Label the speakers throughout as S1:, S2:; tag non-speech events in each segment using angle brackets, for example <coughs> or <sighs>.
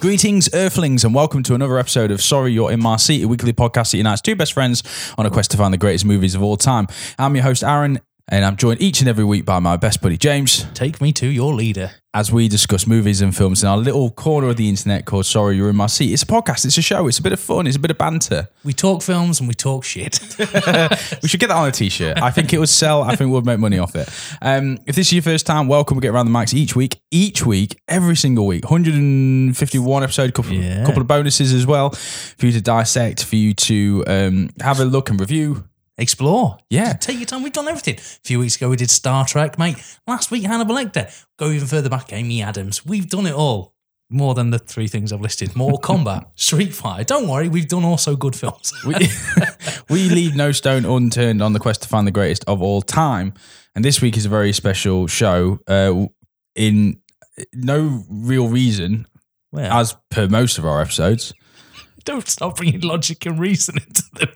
S1: Greetings, Earthlings, and welcome to another episode of Sorry You're in My Seat, a weekly podcast that unites two best friends on a quest to find the greatest movies of all time. I'm your host, Aaron, and I'm joined each and every week by my best buddy, James,
S2: Take me to your leader.
S1: as we discuss movies and films in our little corner of the internet called Sorry You're in My Seat. It's a podcast, it's a show, it's a bit of fun, it's a bit of banter.
S2: We talk films and we talk shit. <laughs>
S1: We should get that on a t-shirt. I think it would sell. I think we'll make money off it. Um, if this is your first time, welcome. We get around the mics each week, each week, every single week. 151 episode, couple
S2: Yeah.
S1: couple of bonuses as well for you to dissect, for you to um, have a look and review.
S2: Explore.
S1: Yeah.
S2: Take your time. We've done everything. A few weeks ago, we did Star Trek, mate. Last week, Hannibal Lecter. Go even further back, Amy Adams. We've done it all. More than the three things I've listed <laughs> Mortal Kombat, Street Fighter. Don't worry, we've done also good films.
S1: We, <laughs> we leave no stone unturned on the quest to find the greatest of all time. And this week is a very special show. Uh, in no real reason,
S2: Well,
S1: as per most of our episodes.
S2: <laughs> don't stop bringing logic and reason into them.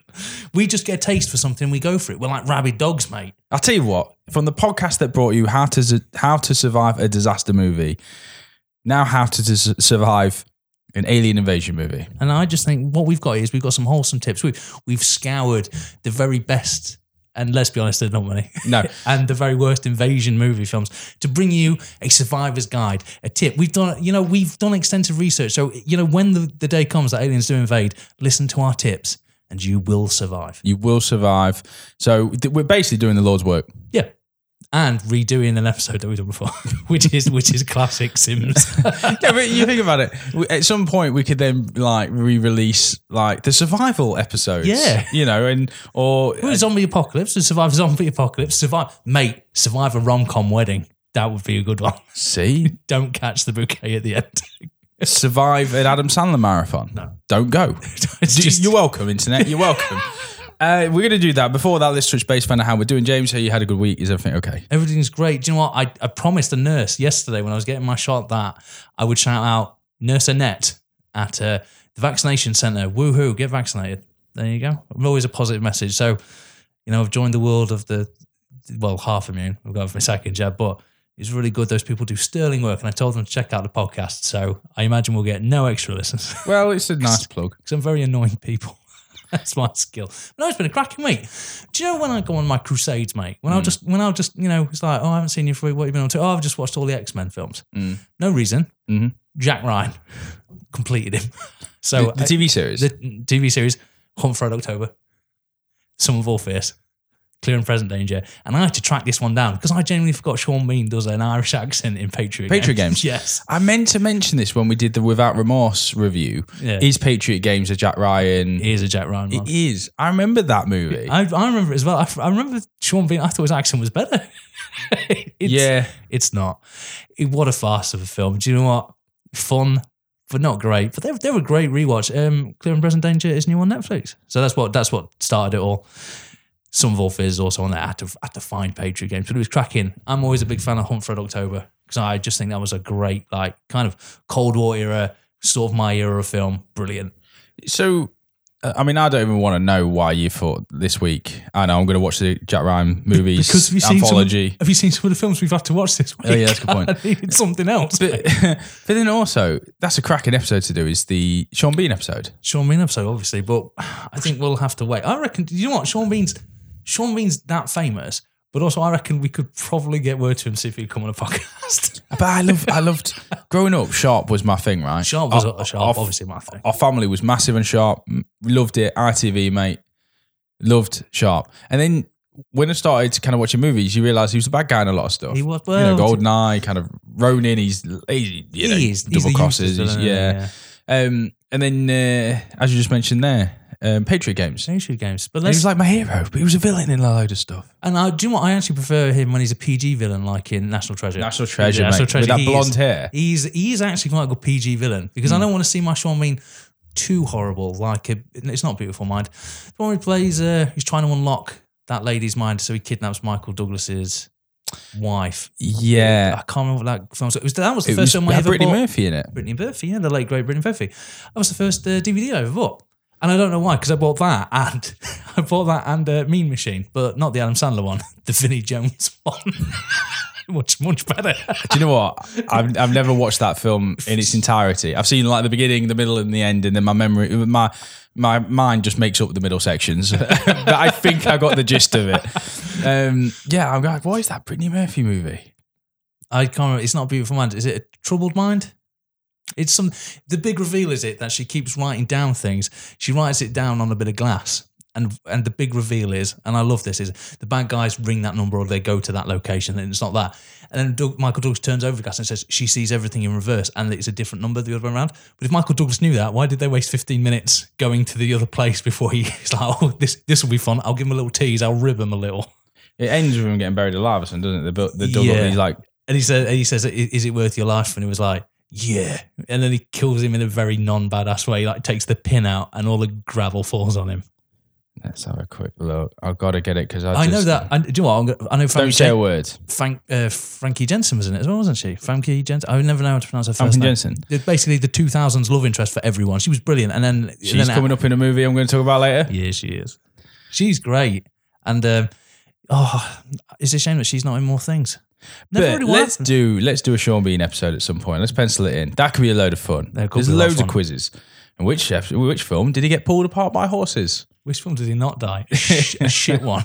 S2: We just get a taste for something, we go for it. We're like rabid dogs, mate.
S1: I'll tell you what, from the podcast that brought you how to su- how to survive a disaster movie, now how to dis- survive an alien invasion movie.
S2: And I just think what we've got is we've got some wholesome tips. We've we've scoured the very best, and let's be honest, there's not many.
S1: <laughs> No.
S2: and the very worst invasion movie films to bring you a survivor's guide, a tip. We've done, you know, we've done extensive research. So you know, when the, the day comes that aliens do invade, listen to our tips, and you will survive.
S1: You will survive. So th- we're basically doing the Lord's work.
S2: Yeah. And redoing an episode that we've done before, <laughs> which is which is classic Sims. <laughs>
S1: yeah, but you think about it. we- At some point, we could then like re-release like the survival episodes.
S2: Yeah.
S1: you know, and or
S2: Well, zombie apocalypse and survive a zombie apocalypse. Survive, mate. Survive a rom com wedding. That would be a good one.
S1: <laughs>
S2: <laughs>
S1: see
S2: Don't catch the bouquet at the end. <laughs>
S1: survive an Adam Sandler marathon.
S2: No.
S1: don't go.
S2: It's
S1: Do-
S2: just-
S1: You're welcome, internet. You're <laughs> welcome. Uh, we're going to do that. Before that, let's switch base, find out how we're doing. James, how you had a good week? Is everything okay?
S2: everything's great. Do you know what? I, I promised a nurse yesterday when I was getting my shot that I would shout out Nurse Annette at uh, the vaccination centre. Woohoo, get vaccinated. There you go. Always a positive message. So, you know, I've joined the world of the, well, half immune. I've gone for my second jab, but it's really good. Those people do sterling work. And I told them to check out the podcast. So I imagine we'll get no extra listens. <laughs>
S1: Well, it's a nice plug.
S2: because I'm very annoying people. <laughs> That's my skill. But no, it's been a cracking week. Do you know when I go on my crusades, mate? When
S1: Hmm.
S2: I'll just when I'll just you know, it's like, oh, I haven't seen you for a week. what have you been on to? Oh, I've just watched all the X Men films.
S1: Mm.
S2: No reason.
S1: Mhm.
S2: Jack Ryan <laughs> completed him. <laughs>
S1: The,
S2: So uh,
S1: the TV series.
S2: the TV series Hunt for Red October, Some of All Fierce, Clear and Present Danger, and I had to track this one down because I genuinely forgot Sean Bean does an Irish accent in Patriot
S1: Patriot Games?
S2: <laughs> yes,
S1: I meant to mention this when we did the Without Remorse review.
S2: yeah,
S1: Is Patriot Games a Jack Ryan?
S2: he is a Jack Ryan. man.
S1: It is. I remember that movie.
S2: I, I remember it as well. I, I remember Sean Bean. I thought his accent was better. <laughs> it's,
S1: yeah.
S2: it's not. It- what a farce of a film. Do you know what? Fun, but not great. But they, they were a great rewatch. Um, Clear and Present Danger is new on Netflix, so that's what that's what started it all. Some of all fears is also on there. I had to I had to find Patriot Games, but it was cracking. I'm always a big fan of Hunt for Red October because I just think that was a great like kind of Cold War era, sort of my era of film. Brilliant.
S1: So, uh, I mean, I don't even want to know why you thought this week. I know I'm going to watch the Jack Ryan movies
S2: Because we've seen some-
S1: anthology.
S2: Have you seen some of the films we've had to watch this week?
S1: Oh, yeah, that's a good point.
S2: <laughs> I needed something
S1: <laughs>
S2: else.
S1: But, but then also, that's a cracking episode to do. Is the Sean Bean episode?
S2: Sean Bean episode, obviously, but I think we'll have to wait. I reckon. You know what? Sean Bean's Sean Bean's that famous, but also I reckon we could probably get word to him see if he'd come on a <laughs> podcast.
S1: But I love, I loved growing up. Sharp was my thing, right?
S2: Sharp was
S1: Our-
S2: a
S1: our,
S2: Sharp, obviously, my thing.
S1: our family was massive and sharp. M- Loved it. ITV, mate. Loved sharp. And then when I started kind of watching movies, you realise he was the bad guy in a lot of stuff.
S2: He was
S1: you know,
S2: well.
S1: Goldeneye, kind of Ronin. He's, he's you know,
S2: he is he's
S1: double
S2: the
S1: crosses.
S2: useless
S1: he's-
S2: villain,
S1: yeah. Um, and then yeah. Uh, as you just mentioned there, um, Patriot Games.
S2: Sanctuary games, but
S1: And he
S2: let's
S1: was like my hero, but he was a villain in a load of stuff.
S2: and I do you know what I actually prefer him when he's a PG villain, like in National Treasure.
S1: National Treasure,
S2: National
S1: mate,
S2: Treasure,
S1: with that
S2: he is-
S1: blonde hair.
S2: He's he is actually quite a good PG villain because
S1: Hmm.
S2: I don't want to see my Sean Bean too horrible. Like a, it's not Beautiful Mind. The one he plays, uh, he's trying to unlock that lady's mind, so he kidnaps Michael Douglas's wife.
S1: Yeah,
S2: I can't remember what that film. was. It was that was the
S1: it
S2: first
S1: was,
S2: film I
S1: had
S2: ever
S1: Brittany
S2: bought.
S1: Murphy in it.
S2: Brittany Murphy, yeah, the late great Brittany Murphy. That was the first uh, DVD I ever bought. And I don't know why, because I bought that and <laughs> <laughs> I bought that and uh, Mean Machine, but not the Adam Sandler <laughs> one, the Vinnie Jones one. much, much better.
S1: Do you know what? I've, I've never watched that film in its entirety. I've seen like the beginning, the middle, and the end, and then my memory, my my mind just makes up the middle sections. <laughs> but I think I got the gist of it. Um, yeah, I'm like, what is that Brittany Murphy movie?
S2: I can't remember. It's not Beautiful Mind. Is it a Troubled Mind? It's some. The big reveal is it that she keeps writing down things. She writes it down on a bit of glass. And, and the big reveal is, and I love this, is the bad guys ring that number or they go to that location and it's not that. And then Doug, Michael Douglas turns over the glass and says she sees everything in reverse and it's a different number the other way around. But if Michael Douglas knew that, why did they waste 15 minutes going to the other place <laughs> before he- he's like, oh, this this will be fun. I'll give him a little tease. I'll rib him a little.
S1: It ends with him getting buried alive, or something, doesn't it? The, the dog
S2: Yeah.
S1: he's like,
S2: And he said, and he says, "I- "Is it worth your life?" And he was like, "Yeah." And then he kills him in a very non-badass way. He like takes the pin out, and all the gravel falls on him.
S1: let's have a quick look. I've got to get it because I,
S2: I,
S1: just,
S2: know that. And do you know what? I'm gonna, I know
S1: Don't
S2: Frankie,
S1: say a
S2: Jen-
S1: word.
S2: Frank, uh, Frankie Jensen was in it as well, wasn't she? Frankie Jensen. I never know how to pronounce her first
S1: Frankie
S2: name.
S1: Jensen.
S2: They're Basically, the 2000s love interest for everyone. She was brilliant. And then and
S1: She's
S2: then-
S1: coming up in a movie I'm going to talk about later.
S2: Yeah, she is. She's great. And um, oh, it's a shame that she's not in more things. Never
S1: But
S2: really
S1: let's
S2: was.
S1: do let's do a Sean Bean episode at some point. Let's pencil it in. That could be a load of fun.
S2: That could
S1: There's
S2: be a lot of
S1: loads of
S2: fun.
S1: quizzes. And which chef, which film did he get pulled apart by horses?
S2: Which film did he not die? <laughs> A sh- a shit
S1: <laughs>
S2: one.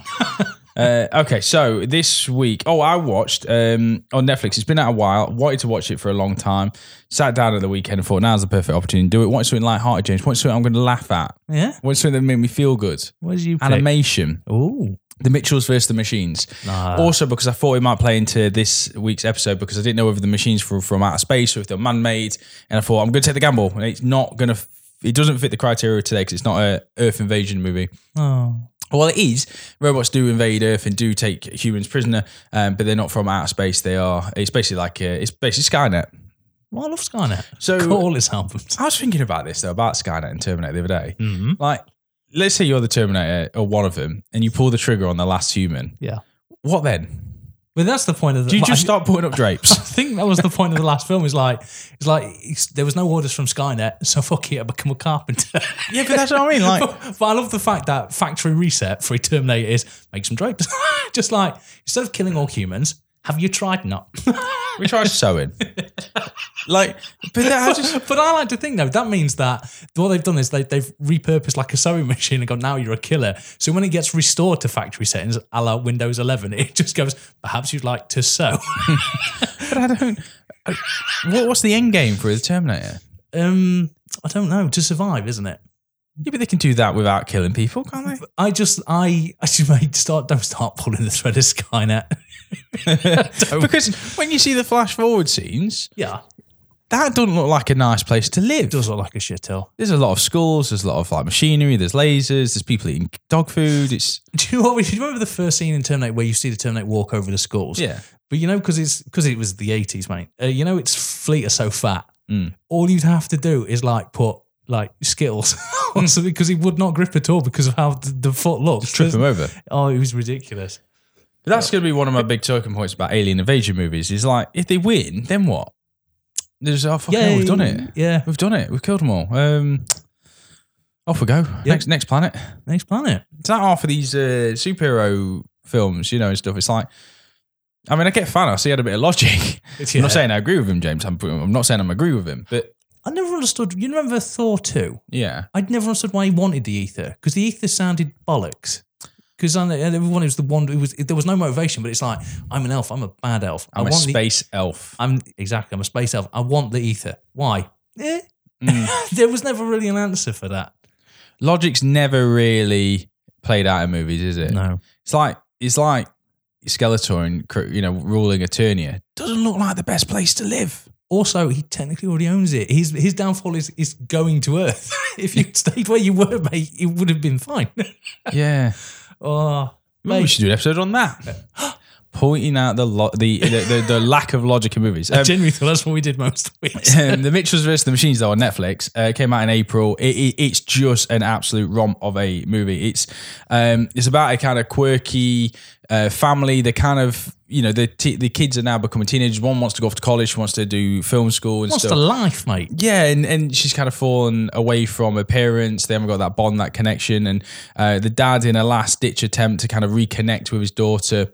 S1: Uh, okay, so this week, oh, I watched um, on Netflix. It's been out a while. Wanted to watch it for a long time. Sat down at the weekend and thought, now's the perfect opportunity to do it. Wanted something light-hearted, James. Wanted something I'm going to laugh at.
S2: yeah.
S1: Wanted something that made me feel good.
S2: What did you pick?
S1: Animation.
S2: Ooh.
S1: The Mitchells versus the Machines.
S2: Ah.
S1: Also, because I thought it might play into this week's episode because I didn't know whether the machines were from outer space or if they're man made. And I thought, I'm going to take the gamble. And it's not going to, it doesn't fit the criteria today because it's not a Earth invasion movie.
S2: Oh.
S1: Well, it is. Robots do invade Earth and do take humans prisoner, um, but they're not from outer space. They are, it's basically like, uh it's basically Skynet.
S2: Well, I love Skynet. <laughs>
S1: So-
S2: Got all his albums.
S1: I was thinking about this though, about Skynet and Terminator the other day. Like, let's say you're the Terminator or one of them and you pull the trigger on the last human.
S2: Yeah.
S1: What then?
S2: But that's the point of the.
S1: Do you
S2: like,
S1: just
S2: I-
S1: start putting up <laughs> drapes?
S2: I think that was the point of the last film. Is like, it's like it's, there was no orders from Skynet, <laughs> so fuck it, I become a carpenter.
S1: yeah, but that's what I mean. Like,
S2: <laughs> but I love the fact that factory reset for a Terminator is make some drapes. <laughs> just like instead of killing all humans, have you tried not?
S1: We <laughs> try sewing. like, but that, I just.
S2: <laughs> but I like to think though that means that what they've done is they, they've repurposed like a sewing <laughs> machine and gone now you're a killer. So when it gets restored to factory settings, a la Windows 11, <laughs> it just goes perhaps you'd like to sew. <laughs>
S1: But I don't. I- what, what's the end game for the Terminator?
S2: um, I don't know to survive, isn't it?
S1: Yeah, but they can do that without killing people, can't <laughs> they?
S2: I just I I should mate start don't start pulling the thread of Skynet. <laughs>
S1: Because when you see the flash forward scenes,
S2: Yeah,
S1: that doesn't look like a nice place to live.
S2: does look like a shit hill.
S1: There's a lot of schools. There's a lot of like machinery. There's lasers. There's people eating dog food. It's
S2: Do you know what? we- Do you remember the first scene in Terminator where you see the Terminator walk over the schools?
S1: Yeah.
S2: But you know, because it's because it was the eighties, mate. Uh, you know, its fleet are so fat.
S1: Mm.
S2: All you'd have to do is like put like Skittles <laughs>
S1: Mm.
S2: on something because he would not grip at all because of how the, the foot looks.
S1: trip them over.
S2: Oh, it was ridiculous.
S1: But that's going to be one of my big talking points about alien invasion movies. Is like if they win, then what? There's oh fucking hell, we've done it.
S2: Yeah.
S1: We've done it. We've killed them all. Um, off we go. Next next planet.
S2: Next planet.
S1: it's not half of these uh, superhero films, you know, and stuff. It's like, I mean, I get Thanos. He had a bit of logic. <laughs>
S2: It's-
S1: I'm not
S2: yeah.
S1: saying I agree with him, James. I'm, I'm not saying I'm agree with him, but
S2: I never understood. You remember Thor two?
S1: yeah,
S2: I'd never understood why he wanted the ether because the ether sounded bollocks. Because everyone was the one who was there was no motivation, but it's like I'm an elf, I'm a bad elf. I
S1: I'm a
S2: want the
S1: space
S2: <laughs>
S1: elf.
S2: I'm exactly. I'm a space elf. I want the ether. Why? Eh. there was never really an answer for that.
S1: Mm. Logic's never really played out in movies, is it?
S2: No.
S1: It's like it's like Skeletor and cr- you know ruling Eternia doesn't look like the best place to
S2: <laughs>
S1: live.
S2: Also, he technically already owns it. His his downfall is is going to Earth. <laughs> if you stayed where you were, mate, it would have been fine. <laughs>
S1: Yeah,
S2: oh,
S1: Maybe we
S2: Mate.
S1: should do an episode on that. Uh, Pointing out the, lo- the, the, the the lack of logic in <laughs> movies. Um,
S2: generally, thought that's what we did most weeks.
S1: um, the Mitchells vs. the Machines, though, on Netflix, uh, came out in April. It, it, it's just an absolute romp of a movie. It's um, it's about a kind of quirky uh, family. The kind of you know the t- the kids are now becoming teenagers. One wants to go off to college, wants to do film school and
S2: What's
S1: stuff.
S2: the life, mate?
S1: Yeah, and, and she's kind of fallen away from her parents. They haven't got that bond, that connection. And uh, the dad, in a last ditch attempt to kind of reconnect with his daughter,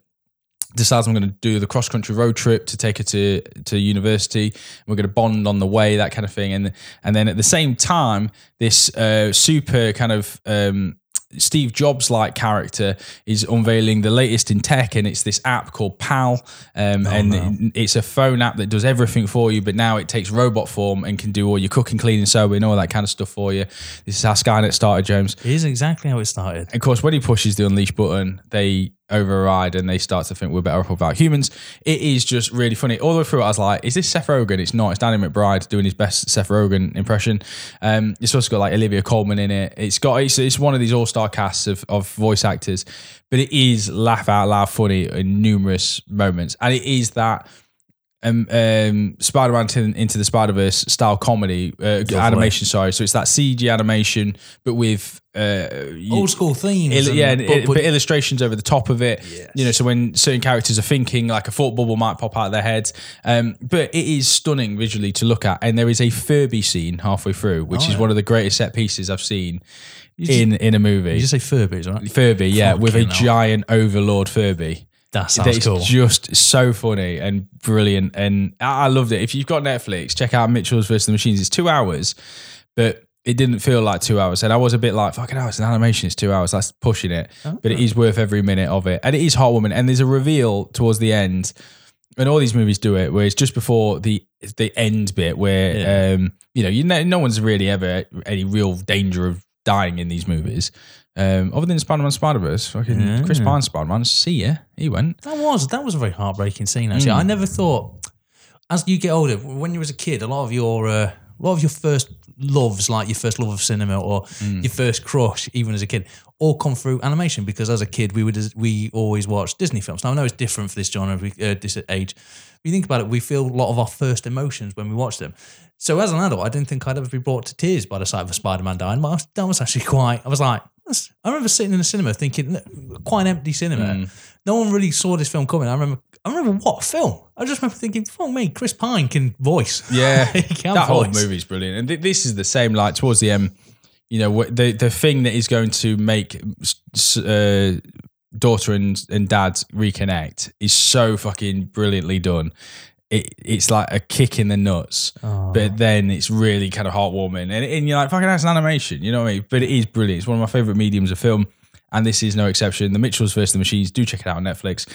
S1: decides I'm going to do the cross country road trip to take her to to university. We're going to bond on the way, that kind of thing. And and then at the same time, this uh, super kind of um, Steve Jobs like character is unveiling the latest in tech, and it's this app called Pal, um, and it- it's a phone app that does everything for you. But now it takes robot form and can do all your cooking, cleaning, sewing, all that kind of stuff for you. This is how Skynet started, James.
S2: It is exactly how it started.
S1: And of course, when he pushes the unleash button, they override and they start to think we're better off without humans. It is just really funny. All the way through, I was like, is this Seth Rogen? It's not. It's Danny McBride doing his best Seth Rogen impression. Um, it's also got like Olivia Colman in it. It's got, it's, it's one of these all star casts of, of voice actors, but it is laugh out loud funny in numerous moments. And it is that um, um, Spider-Man to, into the Spider-Verse style comedy uh, animation. Sorry, so it's that CG animation, but with uh, you-
S2: Old school themes.
S1: il-
S2: and-
S1: yeah, and,
S2: but-
S1: it-
S2: but-
S1: but illustrations over the top of it. You know, so when certain characters are thinking, like a thought bubble might pop out of their heads. Um, but it is stunning visually to look at, and there is a Furby scene halfway through, which
S2: Oh,
S1: is one of the greatest set pieces I've seen in in a movie.
S2: you say Furbies, right?
S1: Furby, yeah, with a
S2: Fucking hell.
S1: giant Overlord Furby.
S2: That sounds
S1: It's
S2: cool.
S1: just so funny and brilliant, and I I loved it. If you've got Netflix, check out Mitchell's versus the Machines. It's two hours, but it didn't feel like two hours, and I was a bit like, "Fucking hell, it's an animation. It's two hours. That's pushing it."
S2: Oh,
S1: But it is worth every minute of it, and it is heartwarming. And there's a reveal towards the end, and all these movies do it, where it's just before the the end bit, where um, you know, you know, no one's really ever any real danger of dying in these movies. Um, other than Spider-Man, Spider-Verse, fucking Chris Pine, Spider-Man, see ya. He went.
S2: That was that was a very heartbreaking scene. Actually,
S1: Hmm.
S2: I never thought as you get older, when you was a kid, a lot of your uh, a lot of your first loves, like your first love of cinema or your first crush, even as a kid, all come through animation. Because as a kid, we would we always watched Disney films. Now I know it's different for this genre, we- uh, this age. If you think about it, we feel a lot of our first emotions when we watch them. So as an adult, I didn't think I'd ever be brought to tears by the sight of a Spider-Man dying. But I was- that was actually quite. I was like, that's- I remember sitting in the cinema thinking, quite an empty cinema. No one really saw this film coming. I remember. I remember what film. I just remember thinking, "Fuck me, Chris Pine can voice."
S1: <laughs> Yeah,
S2: <laughs> He can
S1: that whole
S2: voice.
S1: movie's brilliant, and th- this is the same. Like towards the end, you know, wh- the the thing that is going to make s- s- uh, daughter and and dad reconnect is so fucking brilliantly done. It, it's like a kick in the nuts, but then it's really kind of heartwarming, and, and you're like, "Fucking, that's an animation," you know what I mean? But it is brilliant. It's one of my favorite mediums of film, and this is no exception. The Mitchells versus the Machines. Do check it out on Netflix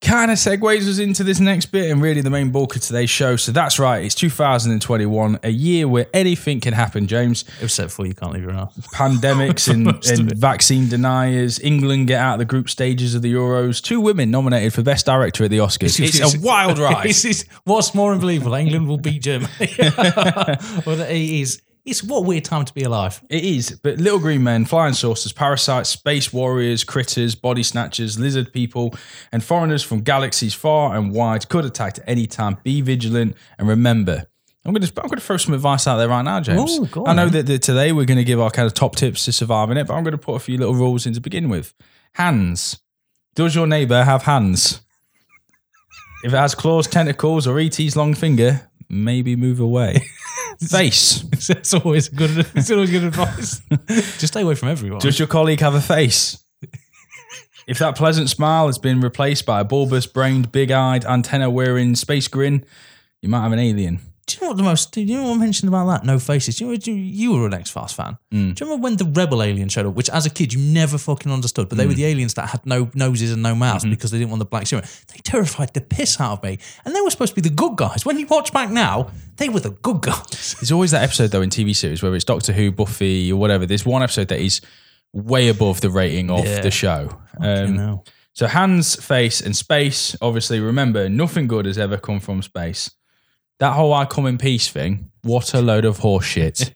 S1: kind of segues us into this next bit and really the main bulk of today's show. So that's right, it's 2021, a year where anything can happen, James.
S2: It was set for you can't leave your house.
S1: Pandemics and, and vaccine deniers, England get out of the group stages of the Euros, two women nominated for Best Director at the Oscars. <laughs>
S2: <laughs>
S1: <laughs> It's a wild ride.
S2: It's- it's- what's more unbelievable? England will
S1: <laughs>
S2: beat Germany. <laughs> well, it is. It's what weird time to be alive. <laughs>
S1: It is, but little green men, flying saucers, parasites, space warriors, critters, body snatchers, lizard people, and foreigners from galaxies far and wide could attack at any time. Be vigilant and remember. I'm going to I'm going to throw some advice out there right now, James.
S2: Ooh, go
S1: I
S2: on,
S1: know
S2: then.
S1: that, that today we're going to give our kind of top tips to surviving it, but I'm going to put a few little rules in to begin with. Hands. Does your neighbor have hands? If it has claws, tentacles, or ET's long finger, maybe move away. <laughs> Face.
S2: That's always good. It's always good
S1: <laughs>
S2: advice. Just stay away from everyone.
S1: Does your colleague have a face? <laughs> if that pleasant smile has been replaced by a bulbous brained, big eyed, antenna wearing space grin, you might have an alien.
S2: do you know what the most? Do you know what I mentioned about that? No faces. Do you, know, do you, you were an X Files fan. Do you remember when the Rebel alien showed up? Which, as a kid, you never fucking understood. But they were the aliens that had no noses and no mouths because they didn't want the black serum. They terrified the piss out of me, and they were supposed to be the good guys. When you watch back now, they were the good guys.
S1: <laughs> There's always that episode, though, in TV series, whether it's Doctor Who, Buffy, or whatever. There's one episode that is way above the rating of
S2: Yeah.
S1: the show.
S2: you
S1: Um,
S2: know.
S1: so, hands, face, and space. Obviously, remember, nothing good has ever come from space. That whole I come in peace thing, what a load of horseshit.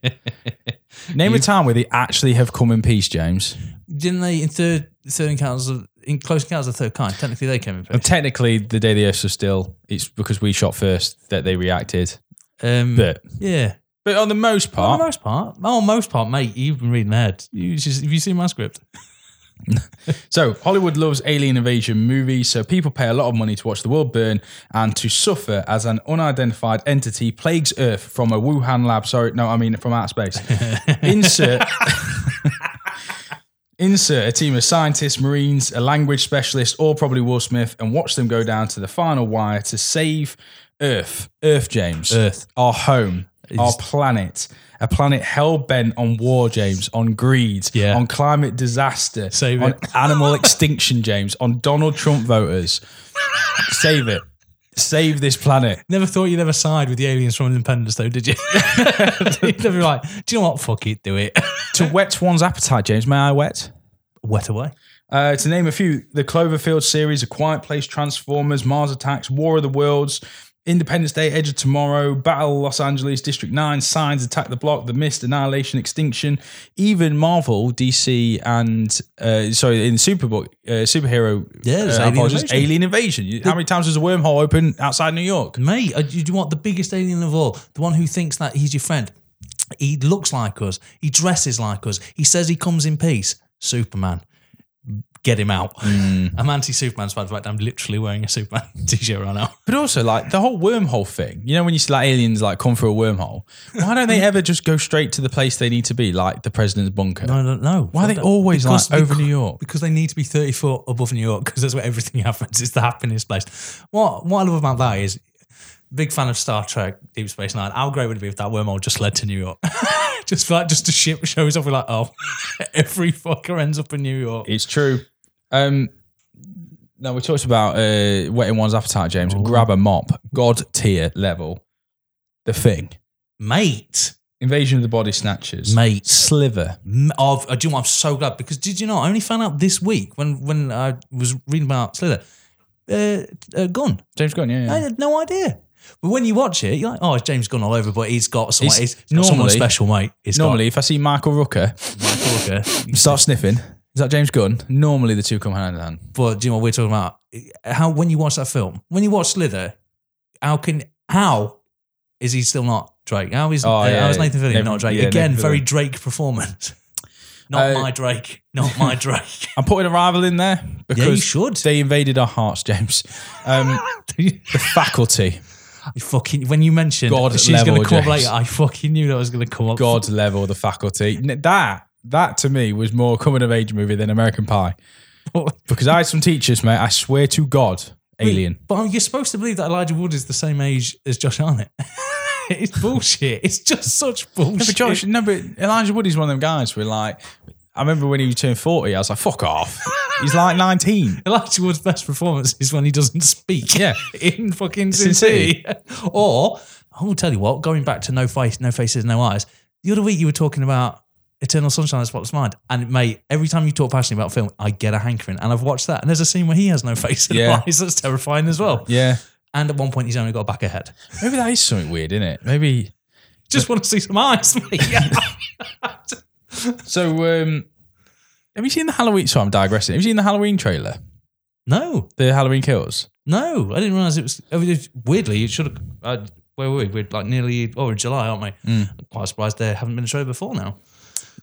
S1: Name a time where they actually have come in peace, James.
S2: Didn't they in third third encounters of, in close encounters of the third kind? Technically, they came in
S1: But
S2: first.
S1: technically, the day the Earth was still, it's because we shot first that they reacted.
S2: Um,
S1: But,
S2: yeah,
S1: but on the most
S2: for the
S1: part,
S2: most part. Oh, most part, mate. You've been reading that. You just, have you seen my script?
S1: so Hollywood loves alien invasion movies, so people pay a lot of money to watch the world burn and to suffer as an unidentified entity plagues Earth from a
S2: <laughs>
S1: Wuhan lab. Sorry, no, I mean from outer space. Insert. Insert a team of scientists, Marines, a language specialist, or probably Will Smith, and watch them go down to the final wire to save Earth. Earth, James.
S2: Earth.
S1: Our home. Our planet. A planet hell bent on war, James, on greed,
S2: Yeah.
S1: on climate disaster,
S2: Save
S1: on <laughs>
S2: it.
S1: animal extinction, James, on Donald Trump voters. Save it. Save this planet.
S2: Never thought you'd ever side with the aliens from Independence, though, <laughs> did you? you'd never be like, do you know what? Fuck it, do it. <laughs>
S1: To whet one's appetite, James, may I wet?
S2: Wet away.
S1: Uh, to name a few, the Cloverfield series, A Quiet Place, Transformers, Mars Attacks, War of the Worlds, Independence Day, Edge of Tomorrow, Battle of Los Angeles, District 9, Signs, Attack the Block, The Mist, Annihilation, Extinction, even Marvel, DC, and uh, sorry, in Superbook, uh, superhero,
S2: Yeah, there's
S1: uh,
S2: Alien
S1: apologies,
S2: Invasion.
S1: Alien Invasion. You- How many times was a wormhole open outside New York?
S2: Mate, uh, you, you want the biggest alien of all? The one who thinks that he's your friend. He looks like us. He dresses like us. He says he comes in peace. Superman. Get him out. <laughs> I'm anti Superman, so in fact, I'm literally wearing a Superman <laughs> t shirt right now.
S1: But also, like the whole wormhole thing. You know, when you see like aliens like come through a wormhole, why don't they ever just go straight to the place they need to be, like the president's bunker?
S2: I don't know.
S1: Why are they always
S2: Because-
S1: like over
S2: because-
S1: New York?
S2: Because they need to be 30 foot above New York because that's where everything <laughs> happens. It's the happiest place. What, what I love about that is, big fan of Star Trek, Deep Space Nine. How great would it be if that wormhole just led to New York? <laughs> just like just a ship shows up, we're like, oh, <laughs> every fucker ends up in New York.
S1: It's true. Um, no, we talked about uh, wetting one's appetite, James.
S2: Oh.
S1: Grab a mop, god tier level. The thing,
S2: Mate,
S1: invasion of the body snatchers,
S2: mate.
S1: sliver.
S2: M- Of, I do. I'm so glad because did you know? I only found out this week when when I was reading about Slither, uh, a gun.
S1: James Gunn, yeah, yeah.
S2: I had no idea. But when you watch it, you're like, oh, it's James Gunn all over, but he's got someone,
S1: It's
S2: he's, got someone
S1: normally-
S2: special, mate. It's
S1: Normally, if I see Michael Rooker
S2: got Michael Rooker.
S1: start sniffing, is that James Gunn? Normally, the two come hand in hand.
S2: But do you know what we're talking about? How when you watch that film, when you watch Slither, how can how is he still not Drake? How is
S1: Oh,
S2: uh,
S1: yeah,
S2: how is Nathan Fillion
S1: Nathan-
S2: not Drake?
S1: yeah,
S2: Again,
S1: Nathan
S2: very Drake performance. <laughs> Not
S1: Uh,
S2: my Drake. Not my Drake.
S1: <laughs> I'm putting a rival in there
S2: yeah, you
S1: because
S2: should.
S1: they invaded our hearts, James. Um,
S2: you
S1: <laughs> the faculty,
S2: fucking when you mentioned
S1: God
S2: she's
S1: level,
S2: gonna come up
S1: James.
S2: later, I fucking knew that was gonna come up.
S1: god level, the faculty. N- That that to me was more coming of age movie than American Pie because I had some teachers, mate. I swear to God, alien.
S2: But you're supposed to believe that Elijah Wood is the same age as Josh Arnett. <laughs> it's bullshit. It's just such bullshit.
S1: No, but Josh, no, but Elijah Wood is one of them guys where, like, I remember when he turned 40, I was like, fuck off. He's like 19.
S2: Elijah Wood's best performance is when he doesn't speak.
S1: Yeah.
S2: <laughs> in fucking
S1: Sin
S2: Sin City. <laughs> or I will tell you what. Going back to No Face, No Faces, No Eyes. The other week you were talking about Eternal Sunshine of the Spotless Mind, and mate, every time you talk passionately about film, I get a hankering, and I've watched that. And there's a scene where he has no face and
S1: Yeah.
S2: eyes. That's terrifying as well.
S1: Yeah.
S2: And at one point, he's only got a back of head.
S1: Maybe that is something weird, isn't it? Maybe.
S2: Just want to see some eyes, mate. <laughs>
S1: <laughs> So, um, have you seen the Halloween? Sorry, I'm digressing. Have you seen the Halloween trailer?
S2: no,
S1: The Halloween Kills?
S2: No, I didn't realize it was. I mean, it- weirdly, it should have. Uh, where were we? We're like nearly. Oh, we're in July, aren't we?
S1: Hmm.
S2: I'm quite surprised there haven't been a show before now.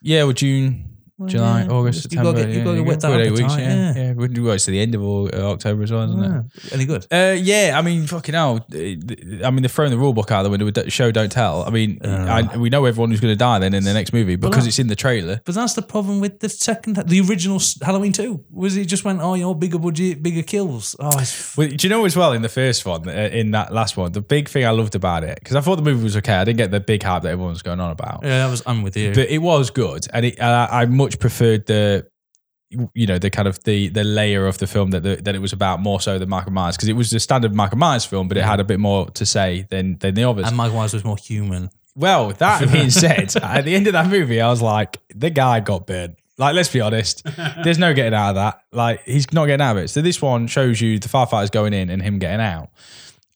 S1: Yeah, well, June, July,
S2: yeah,
S1: August,
S2: you've gotta
S1: September.
S2: get- you've
S1: yeah,
S2: gotta whet that
S1: good eight
S2: appetite,
S1: weeks, yeah.
S2: yeah.
S1: yeah. We're well, it's the end of Au- uh, October as well, isn't it?
S2: Yeah. Any good?
S1: Uh, yeah, I mean, fucking hell. Uh, I mean, they're throwing the rule book out the window with that show Don't Tell. I mean, I, we know everyone who's going to die then in the next movie because
S2: that-
S1: it's in the trailer.
S2: But that's the problem with the second, the original s- Halloween two. Was it just went? Oh, you know, bigger budget, bigger kills. Oh, it's,
S1: Well, do you know as well in the first one, uh, in that last one, the big thing I loved about it, because I thought the movie was okay. I didn't get the big hype that everyone was going on about,
S2: yeah, that was. I'm with you.
S1: but it was good. And it, and I, I much preferred the. You know the kind of the the layer of the film that the, that it was about more so than Michael Myers because it was the standard Michael Myers film, but it had a bit more to say than than the others.
S2: and Mike Wise was more human.
S1: Well, that being said, at the end of that movie, I was like, the guy got burnt. Like, let's be honest, there's no getting out of that. Like, he's not getting out of it. So this one shows you the firefighters going in and him getting out.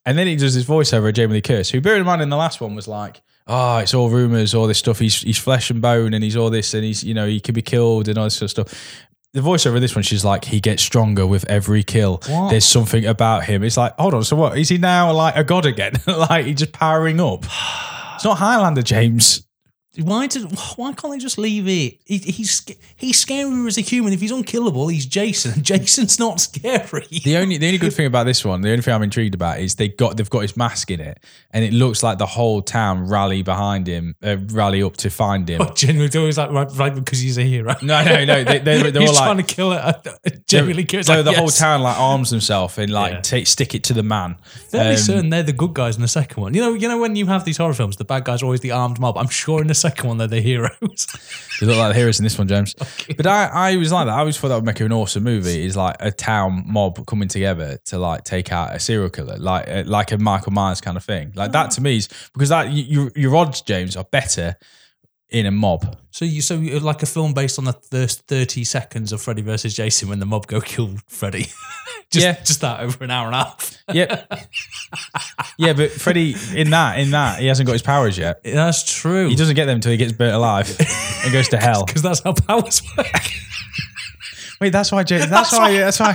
S1: And then he does this voiceover of Jamie Lee Curtis, who, bear in mind, in the last one was like, oh, it's all rumors, all this stuff. He's he's flesh and bone, and he's all this, and he's you know he could be killed and all this sort of stuff. The voiceover of this one, she's like, he gets stronger with every kill.
S2: What?
S1: There's something about him. It's like, hold on, so what? Is he <laughs> now like a god again? like he's just powering up? It's not Highlander, James.
S2: Why did? Why can't they just leave it? He, he's sc- he's scarier as a human. If he's unkillable, he's Jason. <laughs> Jason's not scary.
S1: The only the only good thing about this one, the only thing I'm intrigued about is they got they've got his mask in it, and it looks like the whole town rally behind him, uh, rally up to find
S2: <laughs>
S1: him.
S2: Genuinely, they're always like right, right because he's a hero.
S1: No, no, no. They, they, they're
S2: he's
S1: all
S2: trying
S1: like,
S2: to kill it. Genuinely,
S1: so
S2: curious.
S1: the
S2: like, yes.
S1: whole town like arms themselves and like
S2: Yeah.
S1: take, stick it to the man.
S2: Fairly
S1: Um,
S2: certain they're the good guys in the second one. You know, you know when you have these horror films, the bad guys are always the armed mob. I'm sure in the second one they're the heroes. <laughs>
S1: You look like the heroes in this one, James. But I, I was like that. I always thought that would make an awesome movie. Is like a town mob coming together to like take out a serial killer, like uh, like a Michael Myers kind of thing. Like
S2: Ah.
S1: that to me is because that you, your odds, James, are better in a mob.
S2: so you so you- like a film based on the first 30 seconds of Freddy versus Jason when the mob go kill Freddy. <laughs> just,
S1: Yeah.
S2: just that over an hour and a half. <laughs>
S1: Yep. yeah, but Freddy in that in that he hasn't got his powers yet.
S2: That's true.
S1: He <laughs> doesn't get them until he gets burnt
S2: <laughs>
S1: alive and goes to hell.
S2: because that's how powers work.
S1: <laughs> Wait, that's why <laughs> James. That's why. That's why.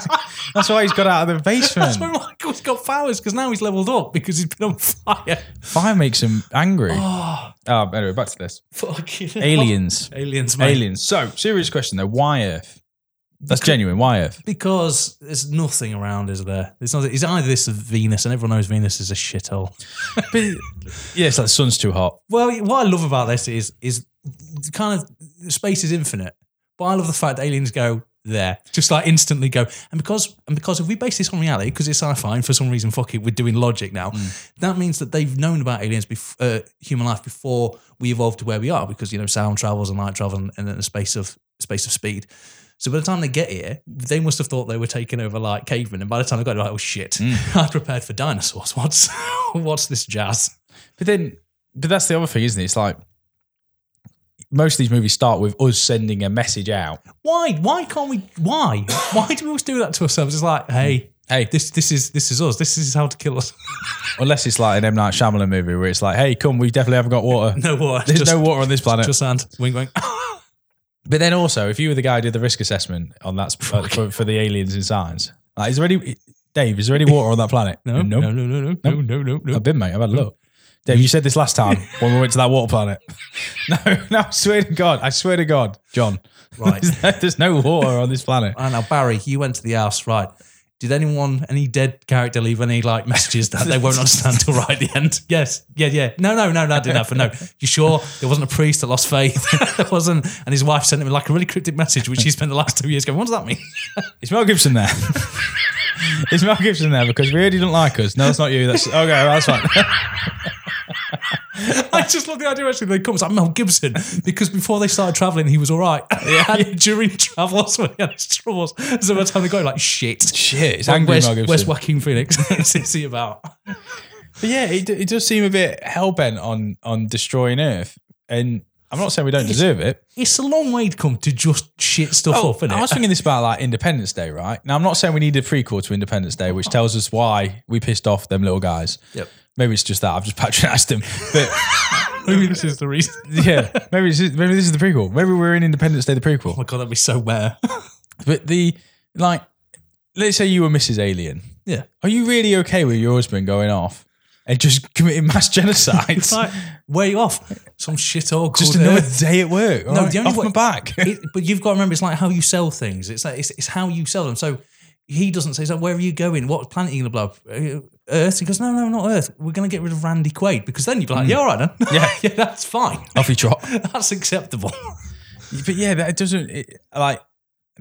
S1: That's why he's got out of the
S2: That's
S1: basement.
S2: why Michael's got powers because now he's leveled up because he's been on fire. <laughs>
S1: Fire makes him angry. Oh. anyway, back to this.
S2: Fucking hell.
S1: Aliens.
S2: aliens, mate.
S1: Aliens. So, serious question though. Why Earth? That's genuine. Why Earth?
S2: Because there's nothing around, is there? There's nothing. It's either this or Venus, and everyone knows Venus is a shithole.
S1: <laughs> But, yeah, it's like the sun's too hot.
S2: Well, what I love about this is is kind of space is infinite, but I love the fact that aliens go there, just like instantly go. And because and because if we base this on reality, because it's sci-fi, and for some reason, fuck it, we're doing logic now. That means that they've known about aliens, bef- uh, human life, before we evolved to where we are, because you know sound travels and light travel, and, and in a space of space of speed. So by the time they get here, they must have thought they were taking over like cavemen. And by the time they got here, like, oh shit, <laughs> I prepared for dinosaurs. What's <laughs> what's this jazz?
S1: But then, but that's the other thing, isn't it? It's like most of these movies start with us sending a message out.
S2: why why can't we why why do we always do that to ourselves it's like hey
S1: Hey,
S2: this this is this is us this is how to kill us <laughs>
S1: unless it's like an M Night Shyamalan movie where it's like, hey, come, we definitely haven't got <laughs> water.
S2: no what
S1: There's
S2: just,
S1: no Ah, water on this planet.
S2: just hand wink wink
S1: But then also, if you were the guy who did the risk assessment on that sp- uh, for, for the aliens in science, like, is there any Dave? Is there any water on that planet?
S2: no no no no no no no no no
S1: I've been, mate. I've had a look. Dave, you said this last time when we went to that water
S2: <laughs>
S1: planet. <laughs> No, no, I swear to God, I swear to God, John. <laughs>
S2: Right.
S1: there's, no, there's no water on this
S2: <laughs>
S1: planet.
S2: and now Barry you went to the house right did anyone any dead character leave any like messages that they won't understand till right at the end yes yeah yeah no no no no I didn't have for no you sure there wasn't a priest that lost faith <laughs> there wasn't and his wife sent him like a really cryptic message which he spent the last two years going what does that mean
S1: Is Mel Gibson there? <laughs> Is Mel Gibson there? Because we already don't like us. No, that's not you. That's okay. well, that's fine.
S2: <laughs> I just love the idea actually they come. It's like Mel Gibson because before they started traveling, he was all right. <laughs> and during travel, that's when he had his troubles. So by the time they go, like, <laughs> shit.
S1: Shit, it's angry
S2: where's,
S1: Mel Gibson.
S2: where's Joaquin Phoenix? <laughs> What's he about?
S1: But yeah, it, it does seem a bit hell bent on on destroying Earth, and I'm not saying we don't deserve it.
S2: It's a long way to come to just shit stuff up,
S1: Oh, I was
S2: innit?
S1: thinking this about like Independence Day, right? Now I'm not saying we need a prequel to Independence Day, which tells us why we pissed off them little guys.
S2: Yep.
S1: Maybe it's just that I've just patronised them, but <laughs>
S2: <laughs> Maybe this is the reason. <laughs> Oh
S1: yeah, maybe it's, maybe this is the prequel. Maybe we're in Independence Day, the prequel.
S2: Oh my god, that'd be so rare.
S1: But the like, let's say you were Mrs. Alien.
S2: Yeah.
S1: Are you really okay with your husband going off and just committing mass <laughs> genocide?
S2: It's like, where you off? Some shit all called
S1: just another
S2: Earth.
S1: day at work. No,
S2: the only
S1: off
S2: way-
S1: my
S2: <laughs>
S1: back.
S2: it, but you've got to remember, it's like how you sell things. It's like it's, it's how you sell them. So he doesn't say, "So where are you going? What planet are you gonna blow up? Uh, Earth?" He goes, "No, no, not Earth. We're gonna get rid of Randy Quaid because then you'd be like, yeah, all right then. Hmm. Yeah, <laughs> yeah, that's fine.
S1: off you trot.
S2: That's acceptable.
S1: But yeah, that it doesn't it, like.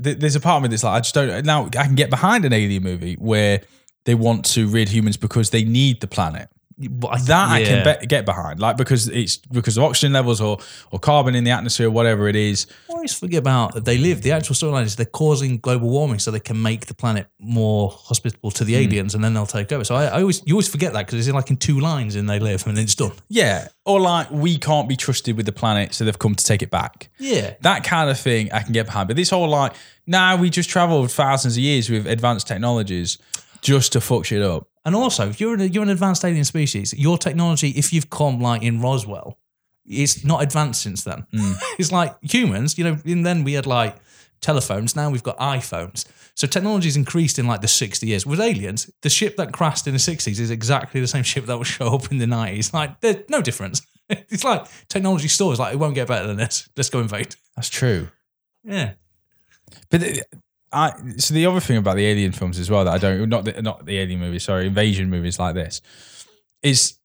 S1: th- There's a part of me that's like I just don't. Now I can get behind an alien movie where they want to rid humans because they need the planet.
S2: But I-
S1: That I
S2: yeah.
S1: can be- get behind, like because it's because of oxygen levels or or carbon in the atmosphere, whatever it is.
S2: Always forget about that they live. The actual storyline is they're causing global warming so they can make the planet more hospitable to the aliens, and then they'll take over. So I, I always you always forget that because it's in like in two lines and they live and then it's done.
S1: Yeah, or like we can't be trusted with the planet, so they've come to take it back.
S2: Yeah,
S1: That kind of thing I can get behind. But this whole like, nah, we just traveled thousands of years with advanced technologies just to fuck shit up.
S2: And also, if you're an, you're an advanced alien species, your technology, if you've come like in Roswell, it's not advanced since
S1: Hmm.
S2: <laughs> then. it's like humans, you know, and then we had like telephones, now we've got iPhones. So technology's increased in like the 60 years. With aliens, the ship that crashed in the 60s is exactly the same <laughs> ship that will show up in the 90s. Like, there's no difference. <laughs> It's like technology stores, like, it won't get better than this. Let's go invade.
S1: That's true.
S2: Yeah.
S1: But the- I so the other thing about the alien films as well that I don't not the, not the alien movies, sorry, invasion movies like this is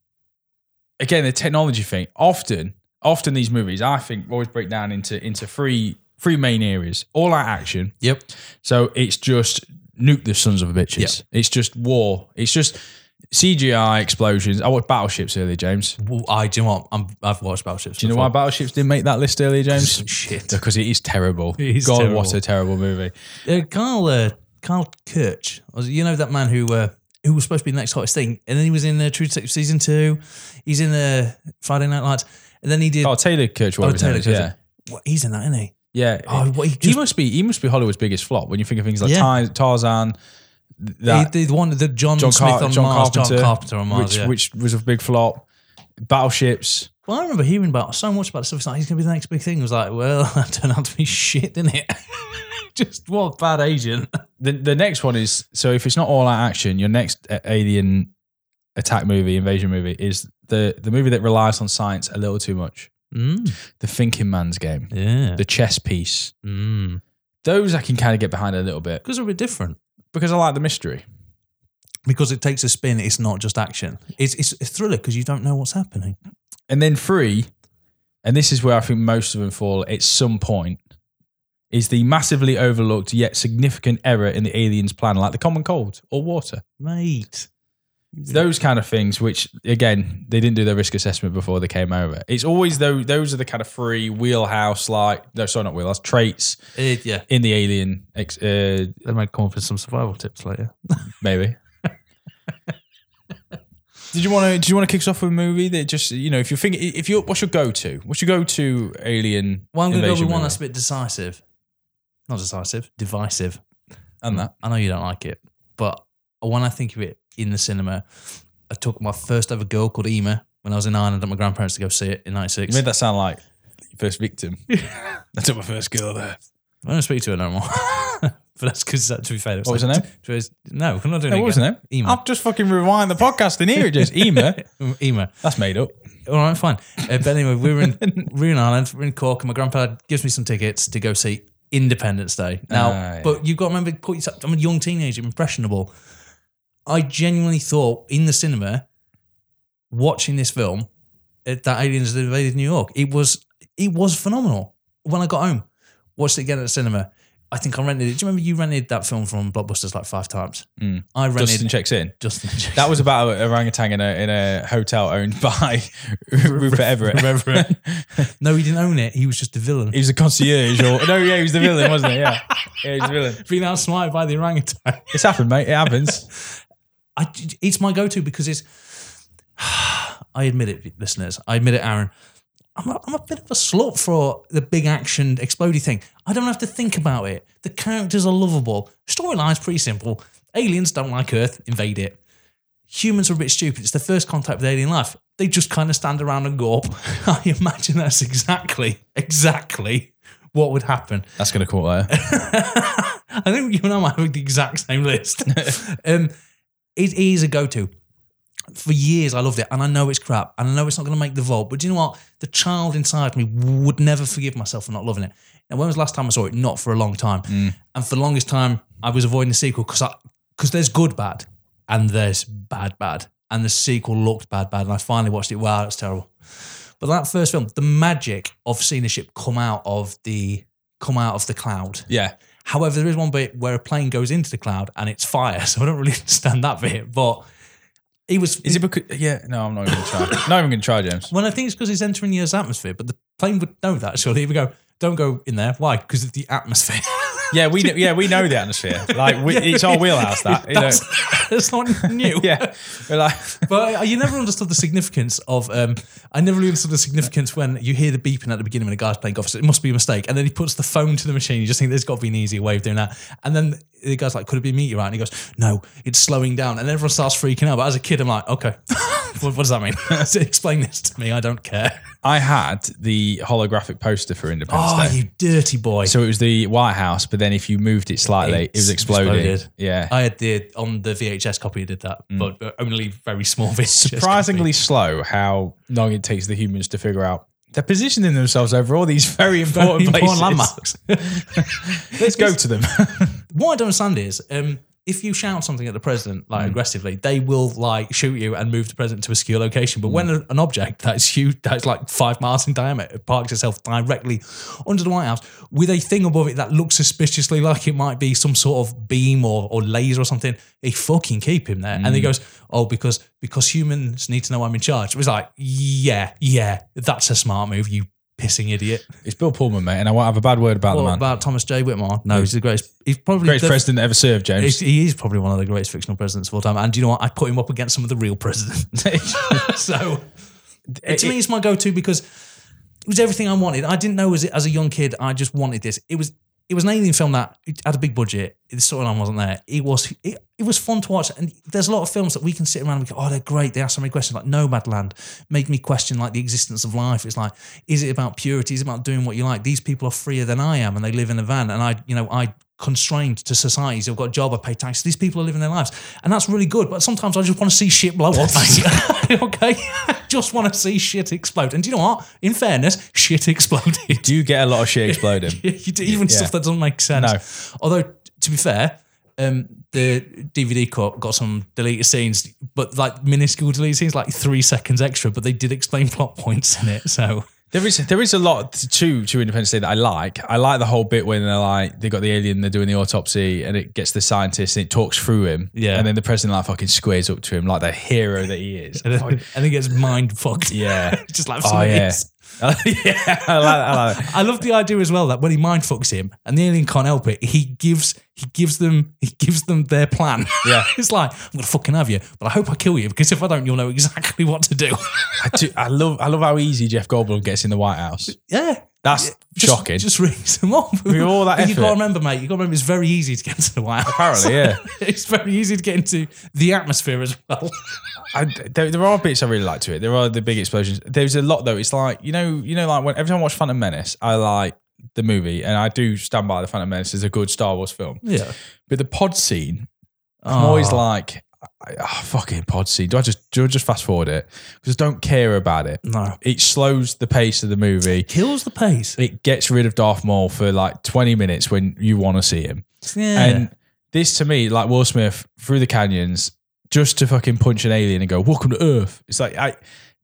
S1: again the technology thing. Often, often these movies I think always break down into into three three main areas: all out action.
S2: Yep.
S1: So it's just nuke the sons of bitches. It's just war. It's just CGI explosions. I watched battleships earlier, James.
S2: Well, I do you know what? I'm, I've watched Battleships.
S1: Do you know why battleships didn't make that list earlier, James? <laughs>
S2: <laughs> Shit.
S1: Because it is terrible.
S2: It is
S1: God,
S2: terrible.
S1: what a terrible movie.
S2: Uh, Carl uh, Carl Kirch, was- you know that man who uh, who was supposed to be the next hottest thing, and then he was in uh, True Detective season two. He's in the uh, Friday Night Lights, and then he did.
S1: Oh, Taylor Kirch. whatever his name
S2: Taylor
S1: is,
S2: Kirch.
S1: Yeah.
S2: What, he's in that, isn't he?
S1: Yeah.
S2: Oh, what he
S1: he
S2: just-
S1: must be he must be Hollywood's biggest flop when you think of things like
S2: Yeah.
S1: Tar- Tarzan, th- that
S2: he, the one the John,
S1: John,
S2: Smith
S1: Car-
S2: on
S1: John
S2: Mars,
S1: Carpenter,
S2: John Carpenter on Mars.
S1: which,
S2: yeah.
S1: which was a big flop. Battleships.
S2: well, I remember hearing about so much about stuff. It's like he's going to be the next big thing. It was like, well, <laughs> that turned out to be shit, didn't it? <laughs> Just what a bad agent. <laughs>
S1: The the next one is so if it's not all out action, your next uh, alien attack movie, invasion movie is the the movie that relies on science a little too much.
S2: Mm,
S1: The Thinking Man's Game,
S2: yeah.
S1: the chess piece.
S2: Mm.
S1: Those I can kind of get behind a little bit
S2: Because they're a bit different.
S1: because I like the mystery.
S2: because it takes a spin. It's not just action. It's it's a thriller because you don't know what's happening.
S1: And then three, and this is where I think most of them fall at some point, is the massively overlooked yet significant error in the alien's plan, like the common cold or water.
S2: Mate.
S1: It's those kind of things, which again, they didn't do their risk assessment before they came over. It's always though those are the kind of three wheelhouse, like no, sorry, not wheelhouse traits
S2: It, yeah.
S1: in the alien, ex- uh,
S2: They might come up with some survival tips later.
S1: maybe. <laughs> Did you want to? Did you want to kick us off with a movie that just you know if you're thinking if you're what's your go to? What's your go to alien?
S2: Well, I'm going to go with
S1: invasion
S2: one
S1: movie?
S2: that's a bit decisive. Not decisive, divisive.
S1: and that.
S2: I know you don't like it, but when I think of it in the cinema, I took my first ever girl called Ema when I was in Ireland at my grandparents to go see it in
S1: You
S2: '96.
S1: made that sound like your first victim. I took my first girl there.
S2: I don't speak to her no more. <laughs> but that's because, to be fair, it was
S1: What was her
S2: like-
S1: name?
S2: it was- No, I'm not doing
S1: No,
S2: it.
S1: what was her name?
S2: Ema.
S1: I'll just fucking rewind the podcast and hear it just
S2: <laughs>
S1: Ema.
S2: name? Ema.
S1: That's made up.
S2: All right,
S1: <laughs>
S2: fine. Uh, but anyway, we were in we were in Ireland, we are in Cork, and my grandpa gives me some tickets to go see Independence Day. Now,
S1: Ah, yeah.
S2: but you've got to remember, put yourself, I'm a young teenager, impressionable. I genuinely thought in the cinema, watching this film, uh, that aliens had invaded New York. It was it was phenomenal. When I got home, watched it again at the cinema. I think I rented it. Do you remember you rented that film from Blockbusters like five times?
S1: Mm.
S2: I rented
S1: Justin checks in.
S2: Justin. <laughs>
S1: That was about an orangutan in a in a hotel owned by <laughs> Rupert Everett.
S2: Everett.
S1: <laughs>
S2: no, he didn't own it. He was just the villain.
S1: he was a concierge or no, yeah, he was the villain, wasn't he? Yeah. Yeah, he was the villain.
S2: <laughs> being outsmarted by the orangutan. <laughs>
S1: It's happened, mate. It happens.
S2: I, it's my go-to because it's. <sighs> I admit it, listeners. I admit it, Aaron. I'm a, I'm a bit of a slut for the big action explodey thing. I don't have to think about it. The characters are lovable. Storyline's pretty simple. Aliens don't like Earth, invade it. Humans are a bit stupid. It's the first contact with alien life. They just kind of stand around and gawp. <laughs> I imagine that's exactly, exactly what would happen.
S1: That's gonna call there.
S2: <laughs> I think you and I might have the exact same list. um, it is a go-to. For years, I loved it, and I know it's crap, and I know it's not going to make the vault. But do you know what? The child inside me would never forgive myself for not loving it. And when was the last time I saw it? Not for a long time. And for the longest time, I was avoiding the sequel because because there's good bad, and there's bad bad, and the sequel looked bad bad, and I finally watched it. Wow, that's terrible. But that first film, the magic of seeing a ship come out of the come out of the cloud.
S1: Yeah.
S2: However, there is one bit where a plane goes into the cloud and it's fire, <laughs> so I don't really understand that bit. But it was
S1: Is it because yeah, no, I'm not even gonna try. Not even gonna try, James.
S2: well, I think it's because it's entering the Earth's atmosphere, but the plane would know that. Surely, if we go, don't go in there. Why? Because of the atmosphere. <laughs>
S1: Yeah, we know, yeah, we know the atmosphere. Like we, it's our wheelhouse that. You know.
S2: that's, that's not new.
S1: <laughs> Yeah. We're like
S2: But I- you never understood the significance of. Um, I never really understood the significance when you hear the beeping at the beginning when a guy's playing golf. So it must be a mistake, and then he puts the phone to the machine. You just think there's got to be an easier way of doing that. And then the guy's like, "Could it be a meteorite?" And he goes, "No, it's slowing down." And everyone starts freaking out. But as a kid, I'm like, "Okay, <laughs> What, what does that mean? <laughs> Explain this to me. I
S1: <laughs>
S2: don't care.
S1: I had the holographic poster for Independence
S2: Oh,
S1: Day.
S2: you dirty boy.
S1: so it was the White House, but then if you moved it slightly, it was
S2: It's
S1: exploding.
S2: exploded. Uh,
S1: Yeah.
S2: I had the on the VHS copy. I did that, but, but only very small <laughs> VHS. copy.
S1: Mm. Surprisingly slow how long it takes the humans to figure out they're positioning themselves over all these very important,
S2: Very important
S1: places. landmarks. <laughs> Let's go to them. <laughs>
S2: what I don't understand is um, if you shout something at the president
S1: Hmm.
S2: like aggressively, they will like shoot you and move the president to a secure location. But
S1: Hmm.
S2: when a- an object that's huge, that's like five miles in diameter, parks itself directly under the White House with a thing above it that looks suspiciously like it might be some sort of beam or, or laser or something, they fucking keep him there. And
S1: Hmm.
S2: he goes, "Oh, because because humans need to know I'm in charge." It was like, yeah, yeah, that's a smart move, you pissing idiot.
S1: it's Bill Pullman, mate, and I won't have a bad word about
S2: What
S1: the man.
S2: about Thomas J. Whitmore? No, he's the greatest. He's probably
S1: Greatest
S2: the-
S1: president that ever served, James.
S2: He's, he is probably one of the greatest fictional presidents of all time. And do you know what? I put him up against some of the real presidents. <laughs> so to me, it's my go-to because it was everything I wanted. I didn't know as, as a young kid, I just wanted this. It was it was an alien film that it had a big budget. The storyline wasn't there. It was it, it was fun to watch. And there's a lot of films that we can sit around and go, oh, they're great. They ask so many questions. Like Nomadland made me question like the existence of life. It's like, is it about purity? Is it about doing what you like? These people are freer than I am, and they live in a van. And I, you know, I constrained to societies. I've got a job. I pay tax. These people are living their lives, and that's really good. But sometimes I just want to see shit blow up. mate. <laughs> okay, I just want to see shit explode. And do you know what? In fairness, shit exploded. <laughs>
S1: Do you get a lot of shit exploding?
S2: you do, even
S1: Yeah.
S2: stuff that doesn't make sense. Although, to be fair, um, the DVD cut got some deleted scenes, but like minuscule deleted scenes, like three seconds extra. But they did explain plot points in it.
S1: <laughs>
S2: So
S1: There is there is a lot to to Independence Day that I like. I like the whole bit when they're like they got the alien, they're doing the autopsy, and it gets the scientist and it talks through him.
S2: Yeah.
S1: and then the president like fucking squares up to him like the hero that he is.
S2: <laughs> and then, and it gets mind fucked.
S1: Oh, yeah,
S2: <laughs> just like
S1: oh
S2: somebody
S1: <laughs> yeah,
S2: is-
S1: yeah. I like that. I like that.
S2: I love the idea as well that when he mind fucks him and the alien can't help it, he gives he gives them he gives them their plan.
S1: Yeah.
S2: <laughs> it's like I'm gonna fucking have you, but I hope I kill you because if I don't, you'll know exactly what to do. <laughs>
S1: I, do, I love I love how easy Jeff Goldblum gets in the White House.
S2: yeah,
S1: That's
S2: just,
S1: shocking.
S2: Just rings them up. With
S1: all that
S2: you
S1: effort.
S2: gotta remember, mate. You gotta remember, it's very easy to get into the White House. <laughs>
S1: Apparently, yeah.
S2: it's very easy to get into the atmosphere as well.
S1: I, there, there are bits I really like to it. There are the big explosions. There's a lot though. It's like you know, you know, like when every time I watch Phantom Menace, I like the movie, and I do stand by the Phantom Menace is a good Star Wars film.
S2: Yeah,
S1: But the pod scene, I'm
S2: Oh,
S1: always like, I- ah, fucking pod scene. Do I just do I just fast forward it because I don't care about it.
S2: no
S1: It slows the pace of the movie.
S2: kills the pace.
S1: It gets rid of Darth Maul for like 20 minutes when you want to see him.
S2: Yeah,
S1: And this to me, like Will Smith through the canyons, just to fucking punch an alien and go, welcome to Earth. It's like, I,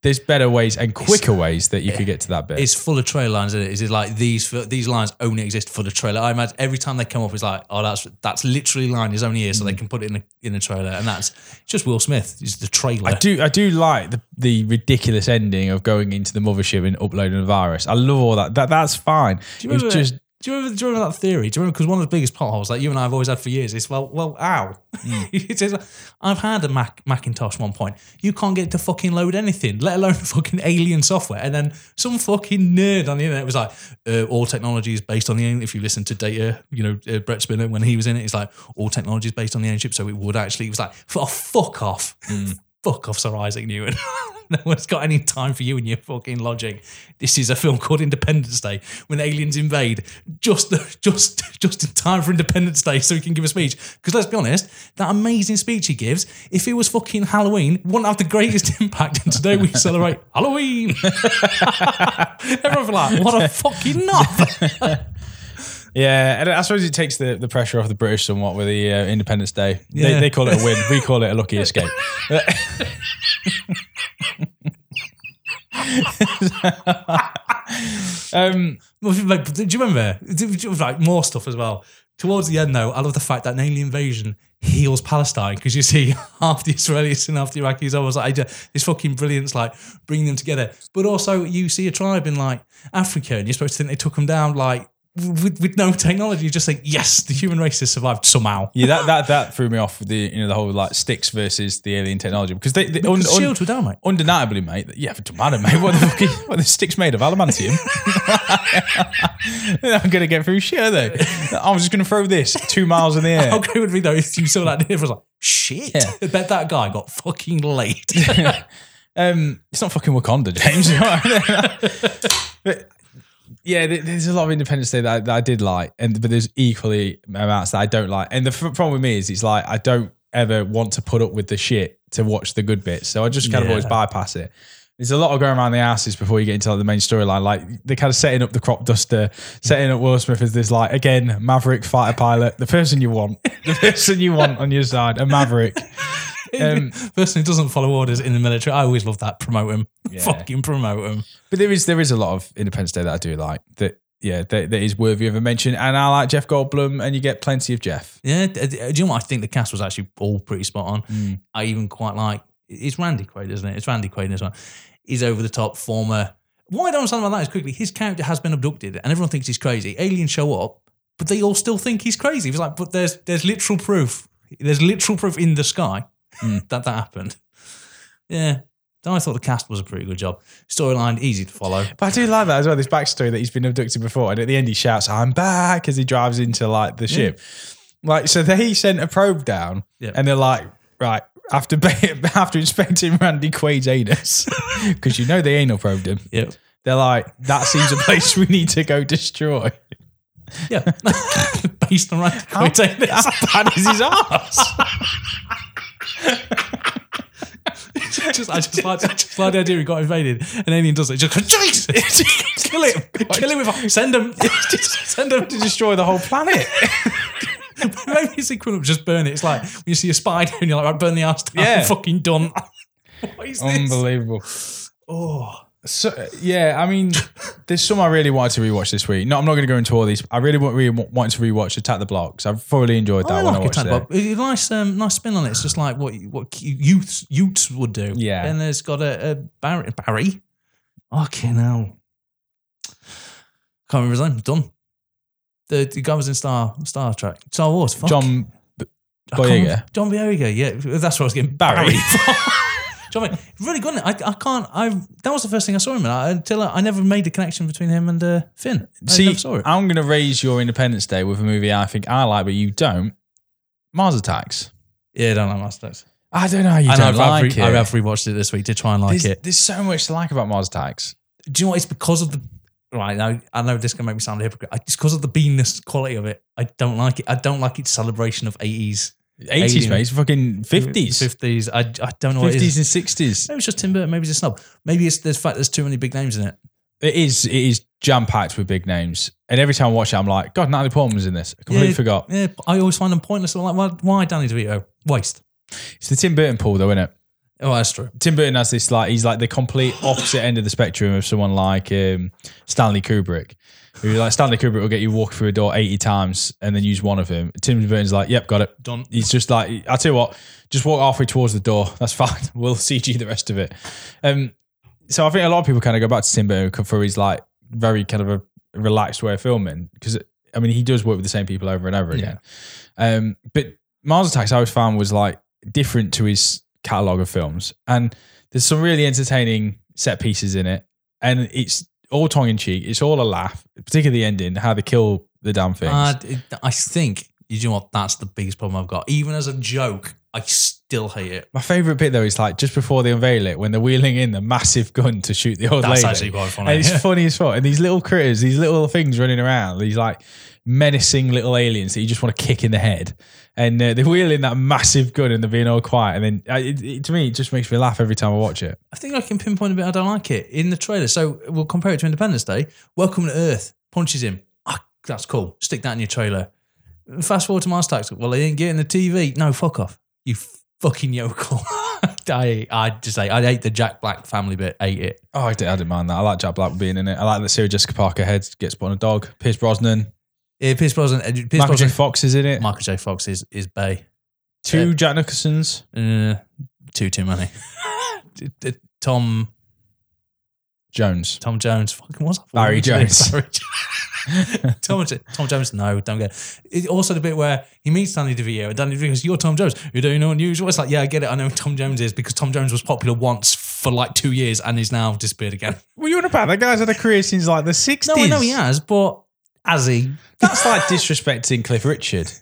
S1: there's better ways and quicker ways that you could get to that bit.
S2: It's full of trailer lines, isn't it? Is it like these these lines only exist for the trailer? I imagine every time they come up, it's like, oh, that's that's literally line is only here, so
S1: Mm.
S2: they can put it in a in a trailer, and that's it's just Will Smith is the trailer.
S1: I do, I do like the, the ridiculous ending of going into the mothership and uploading a virus. I love all that. That that's fine.
S2: Do
S1: It
S2: you
S1: was
S2: remember-
S1: just
S2: Do you remember, do you remember that theory? Do you remember? Because one of the biggest potholes that you and I have always had for years is well, well, ow. <laughs> It's just like, I've had a Mac, Macintosh one point. You can't get it to fucking load anything, let alone <laughs> fucking alien software. And then some fucking nerd on the internet was like, uh, all technology is based on the alien. If you listen to data, you know, uh, Brett Spinner, when he was in it, it's like, all technology is based on the alien chip. So it would actually, it was like, oh, fuck off. <laughs> Fuck off, Sir Isaac Newton. <laughs> no one's got any time for you and your fucking logic. This is a film called Independence Day when aliens invade just <laughs> just just in time for Independence Day so he can give a speech. Because let's be honest, that amazing speech he gives, if it was fucking Halloween, wouldn't have the greatest <laughs> impact. And today we celebrate Halloween. <laughs> Everyone's like, what a fucking knob.
S1: yeah. And I suppose it takes the, the pressure off the British somewhat with the uh, Independence Day.
S2: Yeah.
S1: They, they call it a win. we call it a
S2: <laughs>
S1: lucky escape. <laughs> um,
S2: Well, Like, do you remember? Do you- Like more stuff as well. Towards the end, though, I love the fact that an alien invasion heals Palestine because you see <laughs> half the Israelis and half the Iraqis. I was like, I ju- this fucking brilliance, like bringing them together. But also, you see a tribe in like Africa, and you're supposed to think they took them down like with, with no technology. You just think, yes, the human race has survived somehow.
S1: Yeah, that that that threw me off with the you know the whole like sticks versus the alien technology because they, they un,
S2: Because
S1: un-
S2: shields were down, mate.
S1: undeniably, mate. Yeah, it doesn't matter, mate. What the fuck? Is, what are the sticks made of adamantium? <laughs> They're not gonna get through shit, are they? I was just gonna throw this two miles in the
S2: How
S1: air.
S2: great would it be <laughs> though if you saw that and everyone's like, shit,
S1: Yeah.
S2: I bet that guy got fucking laid.
S1: Um, it's not fucking Wakanda, James. <laughs> you know what I mean? but yeah, there- there's a lot of Independence Day that I, that I did like, and but there's equally amounts that I don't like. And the f- problem with me is, it's like I don't ever want to put up with the shit to watch the good bits, so I just kind of
S2: Yeah.
S1: always bypass it. There's a lot of going around the asses before you get into like, the main storyline. Like they're kind of setting up the crop duster, setting up Will Smith as this like again maverick fighter pilot, the person you want, <laughs> the person you want on your side, a maverick. <laughs> Um,
S2: <laughs> Person who doesn't follow orders in the military. I always love that. Promote him.
S1: Yeah.
S2: Fucking promote him.
S1: But there is there is a lot of Independence Day that I do like that yeah that, that is worthy of a mention. And I like Jeff Goldblum, and you get plenty of Jeff.
S2: Yeah. d- d- Do you know what? I think the cast was actually all pretty spot on.
S1: Hmm.
S2: I even quite like it's Randy Quaid, isn't it? It's Randy Quaid in this one. He's over the top former. What I don't understand about that is quickly his character has been abducted and everyone thinks he's crazy. Aliens show up, but they all still think he's crazy. It was like, but there's there's literal proof. There's literal proof in the sky
S1: Mm.
S2: that that happened. Yeah. I thought the cast was a pretty good job. Storyline easy to follow.
S1: But I do like that as well. This backstory that he's been abducted before, and at the end he shouts, "I'm back!" as he drives into like the ship. Like so, they sent a probe down,
S2: Yeah.
S1: and they're like, right. After <laughs> after inspecting Randy Quaid's
S2: <laughs>
S1: anus, because you know they anal probed him,
S2: Yep.
S1: they're like, "That seems a place we need to go destroy."
S2: Yeah. <laughs> Based on Randy Quaid.
S1: How bad <laughs> is his ass?
S2: just, I just like, just like the idea he got invaded, and alien does it. Just
S1: <laughs>
S2: goes, Jesus, kill him, kill him with, send him, <laughs> send him.
S1: to destroy the whole planet.
S2: Maybe it's equivalent. Just burn it. It's like when you see a spider and you're like, right, burn the ass down.
S1: Yeah.
S2: fucking done. <laughs> what is <laughs> this?
S1: Unbelievable.
S2: Oh,
S1: So yeah, I
S2: <laughs>
S1: mean, there's some I really wanted to rewatch this week. No, I'm not going to go into all these. I really want, really wanted to rewatch Attack the Blocks. I've thoroughly enjoyed that
S2: I
S1: one.
S2: like
S1: I
S2: a
S1: watched
S2: tad
S1: it.
S2: bob. It's a nice, um, nice spin on it. It's just like what what youths youths would do.
S1: Yeah.
S2: and there's got a, a Barry. Barry. Okay, now can't remember his name. Done. The, the guy was in Star Star Trek, Star Wars. Fuck.
S1: John
S2: I can't remember-
S1: Boyega.
S2: John Boyega, yeah. That's what I was getting.
S1: Barry.
S2: Barry. <laughs> John Boyega. Really good. isn't it? I, I can't. I that was the first thing I saw him in. I, until I, I never made the connection between him and uh, Finn. I
S1: See, uh,
S2: never saw it.
S1: I'm going to raise your Independence Day with a movie I think I like, but you don't. Mars Attacks.
S2: yeah, I don't know Masters.
S1: I don't know how you
S2: And
S1: don't
S2: I've,
S1: like
S2: I've, re-
S1: it.
S2: I've rewatched it this week to try and like
S1: there's,
S2: it.
S1: there's so much to like about Mars Attacks.
S2: do you know what? It's because of the right. I, I know this can make me sound a hypocrite. I- It's because of the beanness quality of it. I don't like it. I don't like its celebration of eighties,
S1: 80s, mate. It's fucking 50s.
S2: fifties. I, I don't know what it
S1: 50s
S2: is.
S1: and 60s.
S2: Maybe it's just Tim Burton. Maybe it's a snob. Maybe it's the fact there's too many big names in it.
S1: It is. It is jam packed with big names. And every time I watch it, I'm like, God, Natalie Portman's in this. I completely
S2: Yeah.
S1: forgot.
S2: Yeah, I always find them pointless. I'm like, why, why Danny DeVito? Waste.
S1: It's the Tim Burton pool, though, isn't it?
S2: Oh, that's true.
S1: Tim Burton has this like he's like the complete opposite end of the spectrum of someone like um, Stanley Kubrick. Who like Stanley Kubrick will get you walk through a door eighty times and then use one of them. Tim Burton's like, yep, got it.
S2: Done.
S1: He's just like, I tell you what, just walk halfway towards the door. <laughs> That's fine. We'll CG the rest of it. Um, so I think a lot of people kind of go back to Tim Burton for his like very kind of a relaxed way of filming because I mean he does work with the same people over and over again. Um, but Mars Attacks I always found was like different to his catalog of films, and there's some really entertaining set pieces in it, and it's all tongue in cheek. It's all a laugh, particularly the ending, how they kill the damn things.
S2: I, Uh, I think you know what? That's the biggest problem I've got. Even as a joke, I still hate it.
S1: My favorite bit though is like just before they unveil it when they're wheeling in the massive gun to shoot the old
S2: That's
S1: lady.
S2: actually quite funny.
S1: And
S2: <laughs>
S1: it's funny as fuck. And these little critters, these little things running around, these like menacing little aliens that you just want to kick in the head. And uh, they wheel in that massive gun and they're being all quiet. And then uh, it, it, to me, it just makes me laugh every time I watch it.
S2: I think I can pinpoint a bit I don't like it in the trailer. So we'll compare it to Independence Day. Welcome to Earth punches him. Ah, that's cool. Stick that in your trailer. Fast forward to Mars Attacks. Well, they didn't get in the TV. No, fuck off. You fucking yokel. <laughs> I, I just say I hate the Jack Black family bit. Ate it.
S1: Oh, I didn't, I didn't mind that. I like Jack Black being in it. I like that Sarah Jessica Parker head gets put on a dog. Pierce Brosnan,
S2: Yeah, Pierce Brosnan. uh, Pierce
S1: Michael J.
S2: Brosnan.
S1: Fox is in it.
S2: Michael J. Fox is is Bay.
S1: Two Jack Nicholsons.
S2: Uh, too too <laughs> many. T- t- Tom
S1: Jones.
S2: Tom Jones. Fucking what's that? <laughs>
S1: Barry Jones.
S2: Barry Jo- <laughs> Tom, Tom Jones. No, don't get. It, also, the bit where he meets Danny DeVito and Danny DeVito goes, "You're Tom Jones. You're doing unusual." It's like, yeah, I get it. I know who Tom Jones is because Tom Jones was popular once for like two years and is now disappeared again.
S1: What are you on about? That guy's had a career since like the 60s.
S2: <laughs> No, I know he has, but has he?
S1: That's like disrespecting Cliff Richard.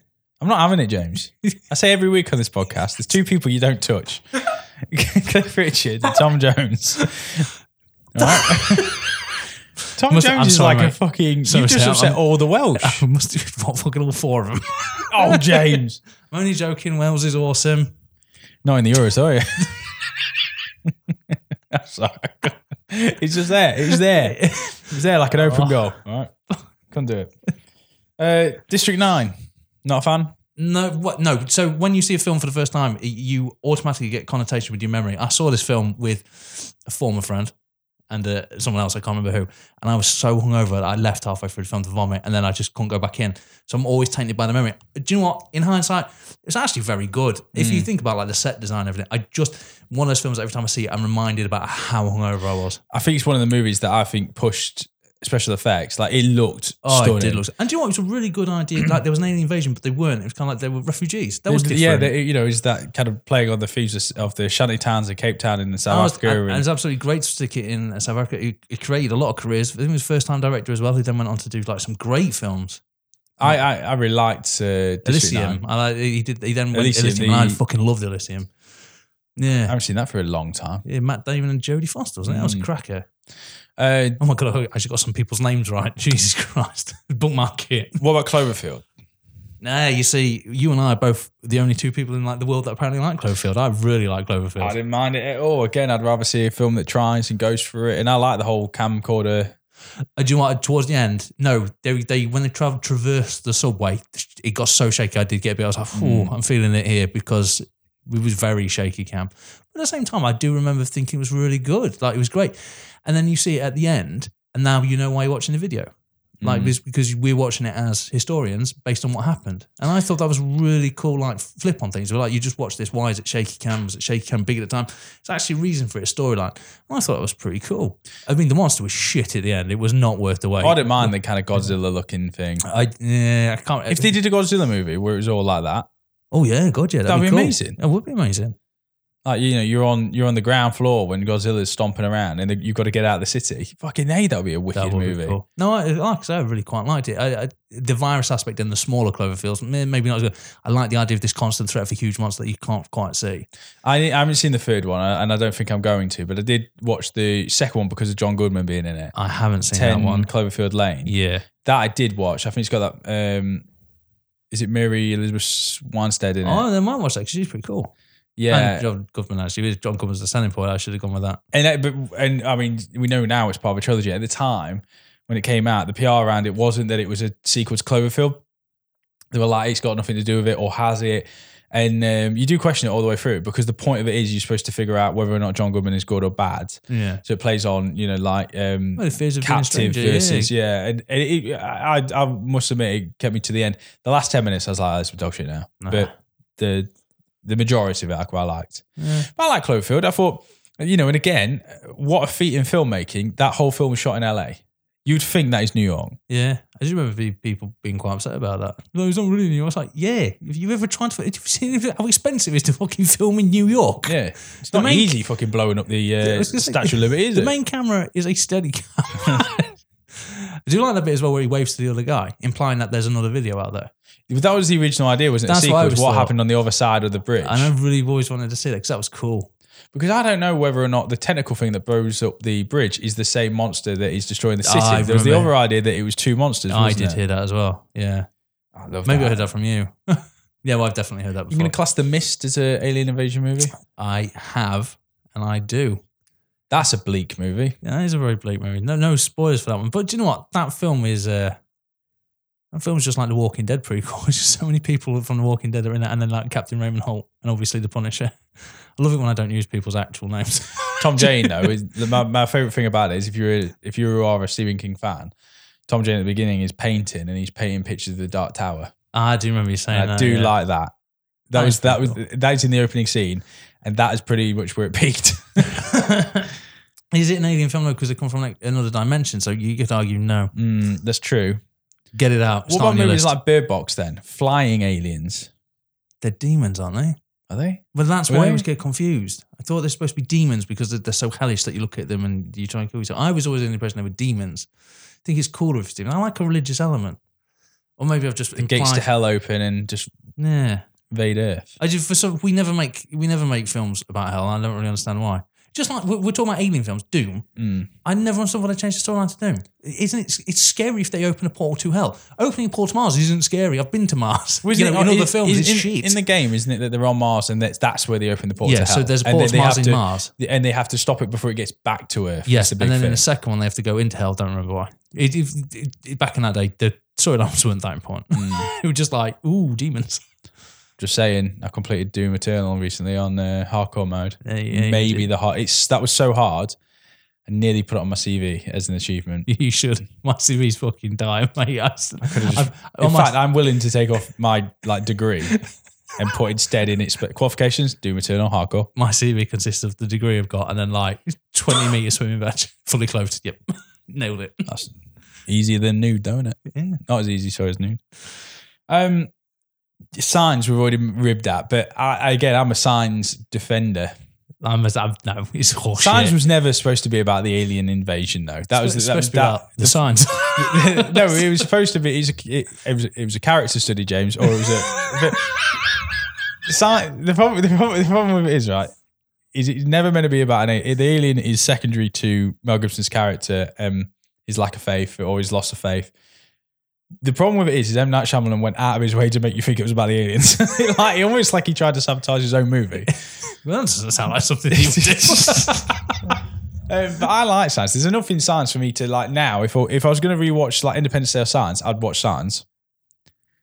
S1: I'm not having it, James. I say every week on this podcast, there's two people you don't touch. <laughs> Cliff Richard, and Tom Jones. All <laughs> right. Tom
S2: Must-
S1: Jones
S2: I'm
S1: is
S2: sorry,
S1: like a
S2: mate.
S1: fucking.
S2: Sorry,
S1: you just
S2: Sal,
S1: upset
S2: I'm-
S1: all the Welsh.
S2: I <laughs> must have what, fucking all four of <laughs> them.
S1: <laughs> oh, James.
S2: I'm only joking. Wales is awesome.
S1: Not in the Euros, are you? I'm <laughs> sorry. It's just there. It was there. It was there like an open
S2: Oh.
S1: goal. All right. Can't do it. Uh, District 9. Not a fan.
S2: No, what? No. So when you see a film for the first time, y- you automatically get connotation with your memory. I saw this film with a former friend and uh, someone else I can't remember who, and I was so hungover that I left halfway through the film to vomit, and then I just couldn't go back in. So I'm always tainted by the memory. Do you know what? In hindsight, it's actually very good if
S1: Mm.
S2: you think about like the set design and everything. I just one of those films. Every time I see it, I'm reminded about how hungover I was.
S1: I think it's one of the movies that I think pushed special effects. Like it looked
S2: Oh,
S1: stunning.
S2: it did look. And do you know what? It was a really good idea. like there was an alien invasion, but they weren't. It was kind of like they were refugees. That was different.
S1: yeah, they, you know, is that kind of playing on the themes of the shanty towns and Cape Town in the South
S2: I was-
S1: Africa.
S2: Oh, and, and
S1: and-
S2: it's absolutely great to stick it in South Africa. He, he created a lot of careers. I think he was first time director as well, who then went on to do like some great films.
S1: I, I, I really liked uh, District 9.
S2: Elysium. I like, he did. He then went
S1: Elysium,
S2: Elysium. and I
S1: the-
S2: fucking loved Elysium.
S1: I
S2: Yeah.
S1: haven't seen that for a long time.
S2: yeah, Matt Damon and Jodie Foster, wasn't it? That was a
S1: Mm.
S2: cracker.
S1: Uh,
S2: Oh my god, I actually got some people's names right. <laughs> Jesus Christ, bookmark it.
S1: what about Cloverfield?
S2: Nah, you see, you and I are both the only two people in like the world that apparently like Cloverfield. I really like Cloverfield.
S1: I didn't mind it at all. Again, I'd rather see a film that tries and goes for it. And I like the whole camcorder.
S2: Uh, do you know what? Towards the end, no, they, they when they travel traversed the subway, it got so shaky. I did get a bit. I was like, "Oh, I'm feeling it here" because it was very shaky cam. But at the same time, I do remember thinking it was really good. Like it was great. And then you see it at the end, and now you know why you're watching the video. Like
S1: Mm.
S2: it's because we're watching it as historians based on what happened. And I thought that was really cool. Like flip on things. We're like, you just watch this. Why is it shaky cam? Was it shaky cam big at the time? It's actually a reason for its storyline. And I thought that was pretty cool. I mean, the monster was shit at the end. It was not worth the wait.
S1: I didn't mind the kind of Godzilla looking thing.
S2: I yeah, I can't.
S1: If they did a Godzilla movie where it was all like that,
S2: oh yeah, God, yeah, that'd,
S1: That'd be
S2: cool.
S1: amazing.
S2: That would be amazing.
S1: like you know, you're on you're on the ground floor when Godzilla's stomping around, and you've got to get out of the city. Fucking hey, that would be a wicked
S2: That would
S1: movie.
S2: be cool. No, I, like I said, I really quite liked it. I, I, the virus aspect in the smaller Cloverfields, may- maybe not as good. I like the idea of this constant threat of a huge monster that you can't quite see.
S1: I, I haven't seen the third one, uh, and I don't think I'm going to, but I did watch the second one because of John Goodman being in it.
S2: I haven't seen
S1: Ten
S2: that one.
S1: Cloverfield Lane.
S2: Yeah,
S1: That I did watch. I think it's got that. Um, is it Mary Elizabeth Winstead in it?
S2: Oh, then might watch that because she's pretty cool.
S1: yeah,
S2: And John Goodman actually is John Goodman's the selling point. I should have gone with that.
S1: And that, but and I mean, we know now it's part of a trilogy. At the time when it came out, the PR around it wasn't that it was a sequel to Cloverfield. They were like, it's got nothing to do with it, or has it? And um, you do question it all the way through because the point of it is you're supposed to figure out whether or not John Goodman is good or bad.
S2: Yeah.
S1: So it plays on, you know, like um,
S2: Well, the fears of being a
S1: captive
S2: stranger,
S1: versus
S2: yeah.
S1: yeah. And, and it, I, I I must admit, it kept me to the end. The last ten minutes, I was like, oh, "This is dog shit now,"
S2: Nah.
S1: but the the majority of it, I quite liked.
S2: Yeah.
S1: But I like Cloverfield. I thought, you know, and again, what a feat in filmmaking. That whole film was shot in LA. You'd think that is New York.
S2: Yeah. I just remember pe- people being quite upset about that. No, it's not really New York. It's like, yeah. If you've ever tried to, have you seen how expensive it is to fucking film in New York?
S1: Yeah. It's
S2: The
S1: not
S2: main-
S1: easy fucking blowing up the
S2: I
S1: uh,
S2: was gonna say,
S1: Statue of Liberty, is
S2: the
S1: it?
S2: main camera is a steady camera. <laughs> I do like that bit as well where he waves to the other guy, implying that there's another video out there.
S1: But that was the original idea, wasn't it?
S2: That's
S1: The sequel
S2: what I
S1: was
S2: always
S1: what
S2: thought.
S1: happened on the other side of the bridge.
S2: And I really always wanted to see that because that was cool.
S1: Because I don't know whether or not the tentacle thing that blows up the bridge is the same monster that is destroying the city.
S2: I
S1: there was the
S2: remember.
S1: other idea that it was two monsters.
S2: I
S1: wasn't
S2: did
S1: it?
S2: hear that as well. Yeah.
S1: I love
S2: Maybe
S1: that.
S2: I heard that from you. <laughs> yeah, well, I've definitely heard that
S1: You're
S2: before.
S1: going to class The Mist as an alien invasion movie?
S2: I have, and I do.
S1: That's a bleak movie.
S2: Yeah, that is a very bleak movie. No, no spoilers for that one. But do you know what? That film is uh that film's just like The Walking Dead prequel. <laughs> It's just so many people from The Walking Dead are in it, and then like Captain Raymond Holt, and obviously The Punisher. I love it when I don't use people's actual names. <laughs>
S1: Tom Jane though is the, my, my favorite thing about it is if you're a, if you are a Stephen King fan, Tom Jane at the beginning is painting and he's painting pictures of the Dark Tower.
S2: Ah, I do remember you saying
S1: And I
S2: that,
S1: do
S2: yeah.
S1: like that. That,
S2: That
S1: was
S2: is
S1: that was
S2: pretty
S1: that is in the opening scene, and that is pretty much where it peaked. <laughs>
S2: <laughs> Is it an alien film though? Because they come from like another dimension, so you could argue no.
S1: Mm, that's true.
S2: Get it out. Hmm, It's
S1: what
S2: not
S1: about
S2: on your
S1: movies
S2: list.
S1: like Bird Box? Then flying aliens
S2: they're demons, aren't they?
S1: are they?
S2: But that's
S1: Were
S2: why I
S1: they?
S2: always get confused. I thought they're supposed to be demons because they're, they're so hellish that you look at them and you try and kill yourself. I was always in the impression they were demons. I think it's cooler if it's demons. I like a religious element, or maybe I've just
S1: The gates to
S2: implied-
S1: hell open and just
S2: Yeah,
S1: Vade Earth.
S2: I just for some we never make we never make films about hell. and I don't really understand why. Just like we're, we're talking about alien films, Doom.
S1: Mm.
S2: I never understood why they changed the storyline to Doom. Isn't it? It's scary if they open a portal to hell. Opening a portal to Mars isn't scary. I've been to Mars. you know, in other films,
S1: in,
S2: it's
S1: in,
S2: shit.
S1: in the game, isn't it that they're on Mars and that's that's where they open the portal? to
S2: yeah,
S1: hell.
S2: so there's a
S1: And then
S2: portal to
S1: they
S2: Mars
S1: have
S2: in Mars.
S1: to- and they have to stop it before it gets back to Earth.
S2: Yes,
S1: That's a
S2: and
S1: big
S2: then in
S1: thing.
S2: the second one they have to go into hell. Don't remember why. It, it, it- it- back in that day, the storylines weren't that important.
S1: Hmm.
S2: <laughs> it was just like,
S1: <laughs>
S2: ooh, demons.
S1: Just saying, I completed Doom Eternal recently on uh, hardcore mode.
S2: Yeah, yeah, you
S1: Maybe the hard. It's that was so hard. I nearly put it on my CV as an achievement.
S2: <laughs> You should. My CV's fucking dying, <laughs> mate. I,
S1: just- In fact, I'm willing to take off my like degree <laughs> and put instead in its spe- qualifications Doom Eternal hardcore.
S2: my CV consists of the degree I've got and then like <laughs> 20 meter swimming badge, <laughs> fully clothed. Yep.
S1: <laughs>
S2: Nailed it.
S1: That's easier than nude, don't it?
S2: Yeah.
S1: Not as easy, sorry, as nude. Um, signs we've already ribbed at, but I, again, I'm a signs defender.
S2: I'm, I'm, no, it's horseshit.
S1: Signs was never supposed to be about the alien invasion, though. That was
S2: It's
S1: that was
S2: supposed to be about the signs.
S1: that- <laughs> no, it was supposed to be. It was, a, it, it was it was a character study, James, or it was a. but- sign, the problem, the problem, the problem with it is right. Is it's never meant to be about an alien. The alien is secondary to Mel Gibson's character, um, his lack of faith or his loss of faith. The problem with it is, is M Night Shyamalan went out of his way to make you think it was about the aliens. <laughs> like, he almost like he tried to sabotage his own movie.
S2: <laughs> well, that doesn't sound
S1: <laughs>
S2: like something you would do.
S1: Um, but I like science. There's enough in science for me to like now. If I, if I was going to rewatch like Independence Day or Science, I'd watch Science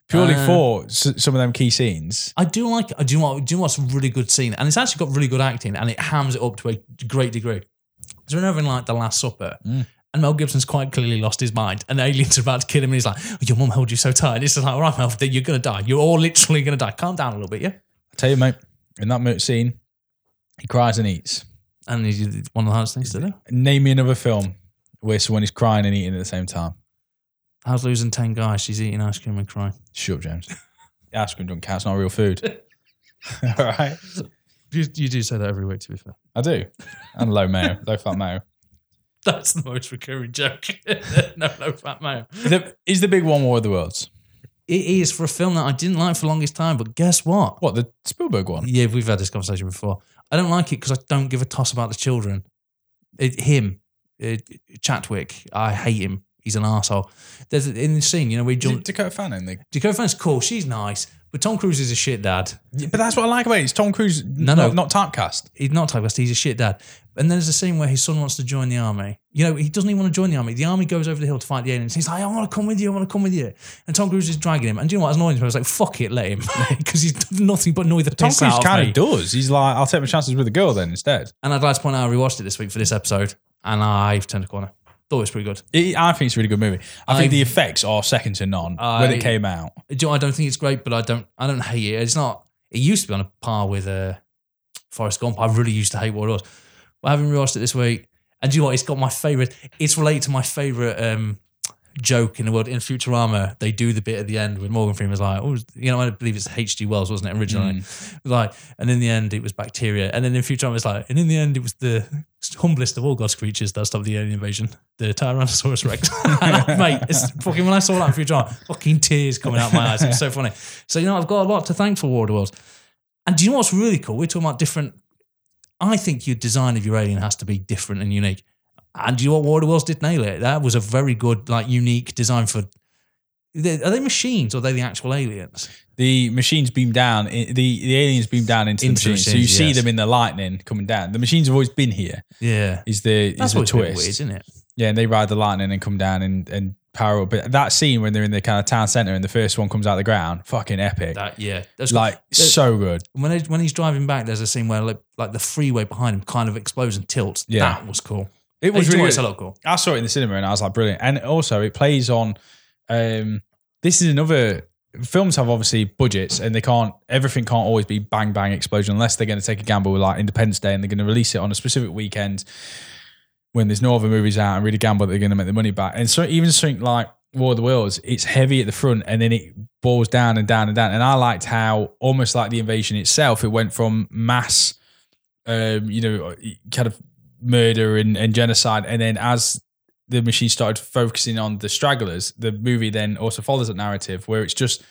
S1: purely
S2: Uh.
S1: for s- some of them key scenes.
S2: I do like. I do you know what. Do you know what's a really good scene, and it's actually got really good acting, and it hams it up to a great degree. Because we're over in like the Last Supper,
S1: Mm.
S2: and Mel Gibson's quite clearly lost his mind, and aliens are about to kill him, and he's like, "Oh, "Your mum held you so tight." And it's just like, "All right, Mel, you're gonna die. You're all literally gonna die. Calm down a little bit, yeah."
S1: I tell you, mate, in that mo- scene, he cries and eats.
S2: And he did one of the hardest things to do.
S1: Name me another film where someone is crying and eating at the same time.
S2: How's losing ten guys? She's eating ice cream and crying.
S1: Shut up, James. Ice cream don't count. It's not real food. <laughs> All right,
S2: You, you do say that every week, to be fair.
S1: I do. And low mayo, low fat mayo.
S2: That's the most recurring joke. <laughs> no, no, fat man.
S1: The- is the big one War of the Worlds?
S2: It is for a film that I didn't like for the longest time, but guess what?
S1: What the Spielberg one?
S2: Yeah, we've had this conversation before. I don't like it because I don't give a toss about the children. It, him, it, Chatwick, I hate him. He's an asshole. There's in the scene, you know, we
S1: Is
S2: jump.
S1: it Dakota Fanning? The-
S2: Dakota Fanning's cool. She's nice, but Tom Cruise is a shit dad.
S1: Yeah, but that's what I like about it. It's Tom Cruise,
S2: No,
S1: not,
S2: no.
S1: not typecast.
S2: He's not typecast. He's a shit dad. And then there's a scene where his son wants to join the army. You know, he doesn't even want to join the army. The army goes over the hill to fight the aliens. He's like, I want to come with you. I want to come with you. And Tom Cruise is dragging him. And do you know what's annoying? to me? I was like, fuck it, let him, <laughs> because he's done nothing but annoy the
S1: Tom
S2: piss
S1: Cruise
S2: out
S1: kind
S2: me.
S1: of does. He's like, I'll take my chances with a girl then instead.
S2: And I'd like to point out I rewatched it this week for this episode, and I've turned a corner. Thought it was pretty good.
S1: It, I think it's a really good movie. I think
S2: I've-
S1: the effects are second to none when it
S2: I-
S1: came out.
S2: Do you know, I don't think it's great, but I don't I don't hate it. It's not. It used to be on a par with uh, Forrest Gump. I really used to hate what it was. But having rewatched it this week, and do you know what? It's got my favorite. It's related to my favorite um, joke in the world. In Futurama, they do the bit at the end with Morgan Freeman's like, oh, you know, I believe it's H.G. Wells, wasn't it originally? Like, and in the end, it was bacteria. And then in Futurama, it's like, and in the end, it was the humblest of all God's creatures that stopped the alien invasion, the Tyrannosaurus Rex. <laughs> And I- Mate, it's fucking when I saw that in Futurama, fucking tears coming out my eyes. It's so funny. So you know, I've got a lot to thank for War of the Worlds. And do you know what's really cool? We're talking about different. I think your design of your alien has to be different and unique. And do you know what War of the Worlds did nail it? That was a very good, like, unique design for. Are they machines or are they the actual aliens?
S1: The machines beam down, i- the, the aliens beam down into,
S2: Into
S1: the
S2: the
S1: machines. so you
S2: machines,
S1: see
S2: yes.
S1: them in the lightning coming down. The machines have always been here,
S2: Yeah.
S1: is the,
S2: That's
S1: is the
S2: what's weird,
S1: twist.
S2: isn't it?
S1: Yeah, and they ride the lightning and come down and, and power up. But that scene when they're in the kind of town centre and the first one comes out of the ground, fucking epic.
S2: That yeah, that's like
S1: like, so good.
S2: when they, when he's driving back, there's a scene where like, like the freeway behind him kind of explodes and tilts.
S1: Yeah.
S2: that was cool.
S1: It
S2: It was
S1: was really
S2: it's a
S1: good.
S2: lot cool.
S1: I saw it in the cinema and I was like, brilliant. And also, it plays on. Um, this is another. Films have obviously budgets, and they can't. Everything can't always be bang bang explosion unless they're going to take a gamble with like Independence Day, and they're going to release it on a specific weekend when there's no other movies out, and really gamble that they're going to make the money back. And so even something like War of the Worlds, it's heavy at the front, and then it balls down and down and down. And I liked how almost like the invasion itself, it went from mass, um, you know, kind of murder and, and genocide. And then as the machine started focusing on the stragglers, the movie then also follows that narrative where it's just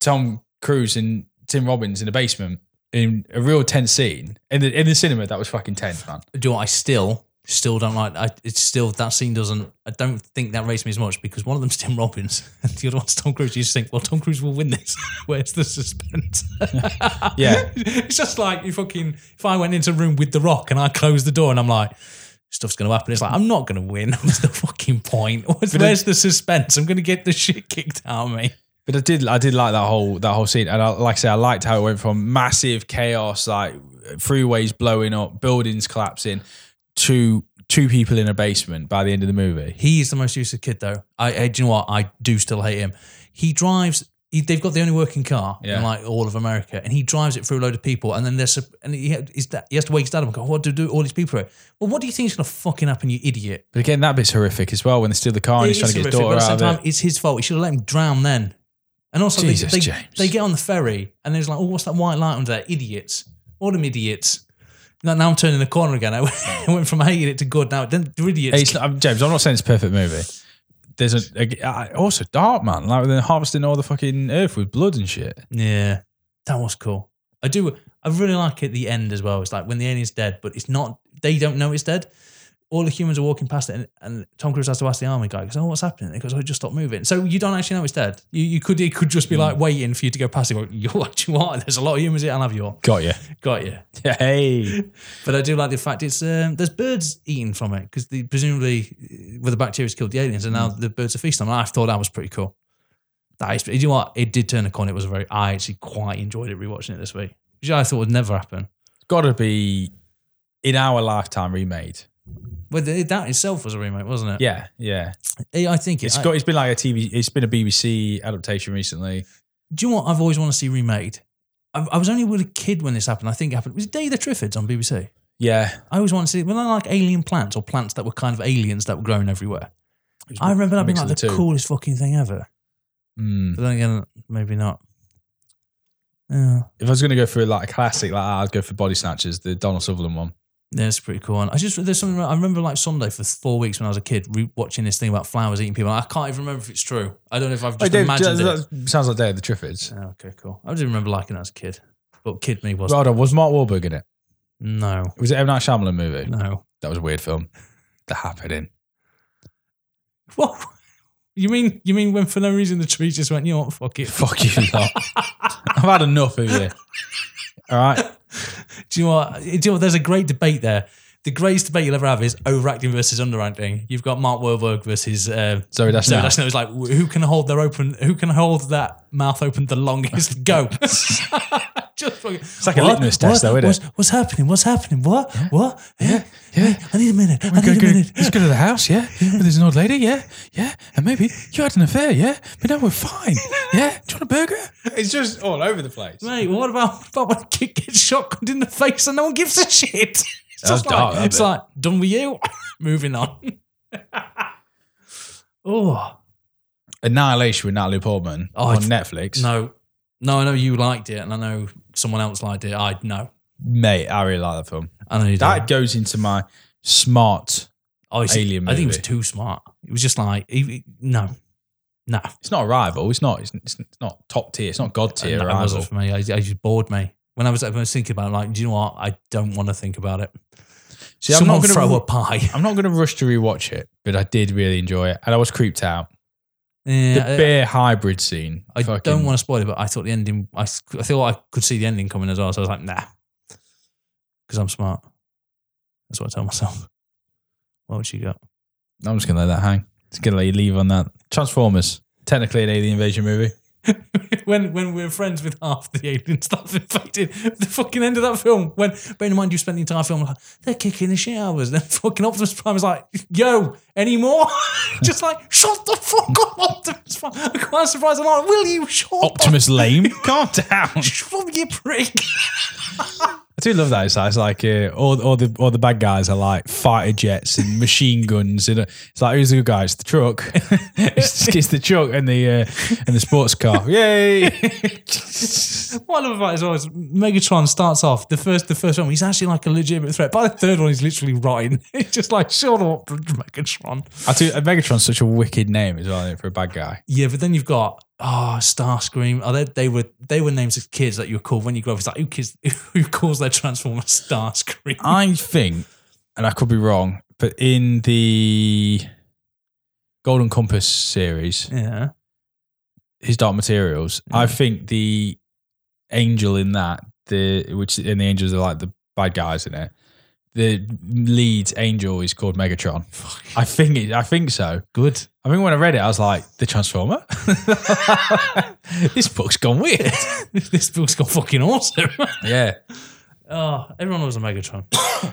S1: Tom Cruise and Tim Robbins in the basement in a real tense scene in the in the cinema. That was fucking tense,
S2: <laughs>
S1: man.
S2: do I still still don't like I it's still that scene doesn't I don't think that rates me as much because one of them's <laughs> Tim Robbins and the other one's Tom Cruise. You just think, well Tom Cruise will win this. <laughs> Where's the suspense? <laughs>
S1: Yeah.
S2: It's just like you fucking if I went into a room with the rock and I closed the door and I'm like Stuff's gonna happen. It's like I'm not gonna win. <laughs> What's the fucking point? <laughs> Where's, where's the suspense? I'm gonna get the shit kicked out of me.
S1: But I did, I did like that whole that whole scene, and I, like I say, I liked how it went from massive chaos, like freeways blowing up, buildings collapsing, to two people in a basement by the end of the movie.
S2: He is the most useless kid, though. I, I do you know what? I do still hate him. He drives. He, they've got the only working car
S1: Yeah.
S2: in like all of America, and he drives it through a load of people. And then there's a- and he, his dad, he has to wake his dad up and go, "What do do all these people?" Are? Well, what do you think is going to fucking happen, you idiot?
S1: But again, that bit's horrific as well when they steal the car and Oh, he's
S2: It
S1: trying
S2: is
S1: to get his daughter
S2: horrific, but at
S1: out
S2: the same
S1: of
S2: time,
S1: it.
S2: it's his fault. He should have let him drown then. And also, they-
S1: Jesus,
S2: they,
S1: James.
S2: they get on the ferry and there's like, "Oh, what's that white light on there? Idiots! All them idiots!" Now, now I'm turning the corner again. <laughs> I went from hating it to good. Now then they're idiots.
S1: It's, I'm, James, I'm not saying it's a perfect movie. There's a, a- I- also dark man, like they're harvesting all the fucking earth with blood and shit.
S2: Yeah, that was cool. I do. I really like at the end as well. It's like when the alien's dead, but it's not. They don't know it's dead. All the humans are walking past it, and, and Tom Cruise has to ask the army guy, he "Goes, oh, what's happening?" He goes, "Oh, it just stopped moving." So you don't actually know it's dead. You, you could it could just be like waiting for you to go past it. Go, <laughs> you what you want? There's a lot of humans here. I'll have you all.
S1: Got you.
S2: Got you.
S1: <laughs> Hey,
S2: But I do like the fact it's um, there's birds eating from it because presumably uh, well, the bacteria's killed the aliens and now
S1: Mm.
S2: the birds are feasting on. it. I thought that was pretty cool. That is, you know what? It did turn a corner. It was a very. I actually quite enjoyed it rewatching it this week, which I thought would never happen.
S1: got to be in our lifetime remade.
S2: But th- that itself was a remake, wasn't it?
S1: Yeah, yeah.
S2: Yeah, I think
S1: It's
S2: it's.
S1: got. It's been like a TV. It's been a BBC adaptation recently.
S2: do you know what? I've always wanted to see remade. I, I was only with a kid when this happened. I think it happened. Was it Day of the Triffids on BBC?
S1: Yeah,
S2: I always wanted to see. Well, I like alien plants or plants that were kind of aliens that were growing everywhere. I remember that being
S1: mix
S2: like
S1: of
S2: the
S1: the two.
S2: coolest fucking thing ever.
S1: Mm.
S2: But then again, maybe not. Yeah,
S1: If I was going to go for like a classic like that, I'd go for Body Snatchers, the Donald Sutherland one.
S2: that's pretty cool. And I just there's something I remember like Sunday for four weeks when I was a kid re- watching this thing about flowers eating people. I can't even remember if it's true. I don't know if I've just imagined it.
S1: Sounds like Day of the Triffids.
S2: Oh, okay, cool. I just remember liking that as a kid, but kid me was
S1: Well done. Was Mark Wahlberg in it?
S2: no,
S1: Was it M Night Shyamalan movie?
S2: no. <laughs>
S1: That was a weird film. The Happening.
S2: What? You mean you mean when for no reason the tree just went? You know what? Fuck it.
S1: Fuck you lot. I've had enough of you. All right.
S2: Do you know what? Do you know what? There's a great debate there. The greatest debate you'll ever have is overacting versus underacting. You've got Mark Wahlberg versus uh,
S1: Zoe Deschanel.
S2: So that's it was like who can hold their open, who can hold that mouth open the
S1: <laughs>
S2: longest? <laughs> Go. Just fucking, it's
S1: like a litmus test though, isn't it?
S2: what's, What's happening? What's happening? What? What? Yeah.
S1: yeah.
S2: I need a minute. I need
S1: Go,
S2: a
S1: go,
S2: minute.
S1: let's go to the house, yeah? But there's an old lady, yeah? Yeah? And maybe you had an affair, yeah? But now we're fine, yeah? Do you want a burger? It's just all over the place.
S2: Mate, what about, what about when a kid gets shotgunned in the face and no one gives a shit? <laughs> It's
S1: That was
S2: just
S1: dark,
S2: like,
S1: that
S2: it's
S1: bit.
S2: like, done with you. <laughs> Moving on. oh,
S1: Annihilation with Natalie Portman
S2: Oh,
S1: on
S2: it's-
S1: Netflix.
S2: no. No, I know you liked it and I know someone else liked it. I know.
S1: Mate, I really like that film.
S2: I know you did.
S1: That goes into my smart.
S2: Oh, it's-
S1: Alien
S2: I think it was
S1: movie.
S2: too smart. It was just like he- he- no, no.
S1: It's not a rival. It's not. It's, it's not top tier. It's not god tier.
S2: no, it
S1: rival.
S2: wasn't for me. I, I just bored me when I was, when I was thinking about it. Like, do you know what? I don't want to think about it.
S1: See, I'm
S2: Someone
S1: not gonna
S2: throw
S1: ru-
S2: a pie.
S1: I'm not going to rush to rewatch it, but I did really enjoy it, and I was creeped out.
S2: Yeah,
S1: <laughs> the bear hybrid scene.
S2: I, I
S1: Fucking-
S2: don't want to spoil it, but I thought the ending. I, s- I thought I could see the ending coming as well. So I was like, nah, because I'm smart. That's what I tell myself. What would you got?
S1: I'm just going to let that hang. Just going to let you leave on that. Transformers, technically an alien invasion movie.
S2: when when we're friends with half the alien stuff infected, the fucking end of that film. When bearing in mind you spent the entire film like they're kicking the shit out of us, then fucking Optimus Prime is like, "Yo, any more?" <laughs> Just like, "Shut the fuck up, Optimus Prime!" I'm quite surprised. I'm like, "Will you shut up, <laughs>
S1: Optimus Lame, calm down. I
S2: Shut up, you prick?" <laughs>
S1: do love that. It's like, it's like uh, all, all the all the bad guys are like fighter jets and machine guns, and uh, it's like who's the good guy? It's the truck.
S2: <laughs>
S1: it's, it's the truck and the uh, and the sports car.
S2: <laughs>
S1: Yay!
S2: What I love about it as well is Megatron starts off the first the first one. He's actually like a legitimate threat. By the third one, <laughs> he's literally rotting. It's just like, "Shut up, Megatron."
S1: I do. Megatron's such a wicked name as well isn't it, for a bad guy.
S2: Yeah, but then you've got oh, Starscream. Oh, they, they were they were names of kids that you were called when you grew up. It's like who kids <laughs> who calls their Transformer Starscream?
S1: I think, and I could be wrong, but in the Golden Compass series,
S2: <laughs> yeah.
S1: his Dark Materials, I think the angel in that, the which and the angels are like the bad guys in it. The lead angel is called Megatron. I think it, I think so.
S2: Good.
S1: I think when I read it, I was like, the Transformer. <laughs> this book's gone weird.
S2: this book's got fucking awesome. <laughs>
S1: Yeah,
S2: oh, everyone was a Megatron. <coughs> Do you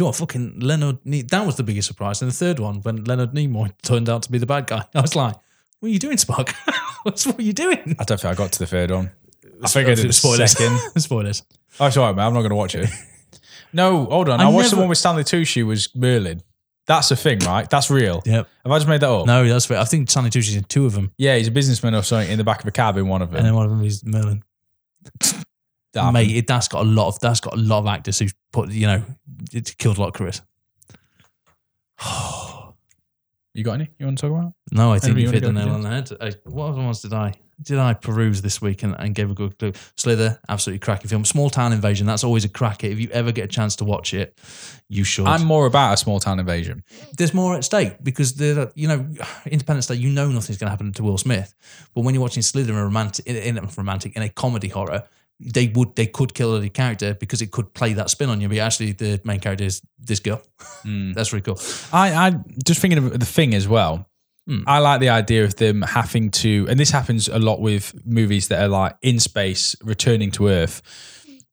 S2: know what, fucking Leonard ne- that was the biggest surprise. And the third one, when Leonard Nimoy turned out to be the bad guy, I was like, what are you doing, Spock? <laughs> What's, what are you doing?
S1: I don't think I got to the third one. I figured it was second.
S2: <laughs> Spoilers.
S1: Oh, sorry, man. I'm not going to watch it. No, hold on. I,
S2: I
S1: watched the
S2: never-
S1: one with Stanley Tucci was Merlin. That's a thing, right? That's real.
S2: Yep.
S1: Have I just made that up?
S2: No, that's fair. I think Stanley Tucci's in two of them,
S1: Yeah, he's a businessman or something in the back of a cab in one of
S2: and
S1: them.
S2: then one of them is Merlin.
S1: That happened.
S2: Mate, it, that's got a lot of that's got a lot of actors who put you know it's killed a lot of careers. <sighs>
S1: You got any you want to talk about?
S2: No, I think
S1: Anybody
S2: you've hit the
S1: wanna
S2: nail
S1: go,
S2: on the head. I, what other ones did I did I peruse this week and, and gave a good clue? Slither, absolutely cracking film. Small Town Invasion, that's always a cracker. If you ever get a chance to watch it, you should.
S1: I'm more about a small town invasion.
S2: There's more at stake because the you know Independence Day, you know nothing's going to happen to Will Smith, but when you're watching Slither in a romantic in, in a romantic in a comedy horror. They would, they could kill the character because it could play that spin on you. But actually, the main character is this girl.
S1: Mm.
S2: <laughs> That's really cool.
S1: I, I just thinking of the thing as well.
S2: Hmm.
S1: I like the idea of them having to, and this happens a lot with movies that are like in space, returning to Earth.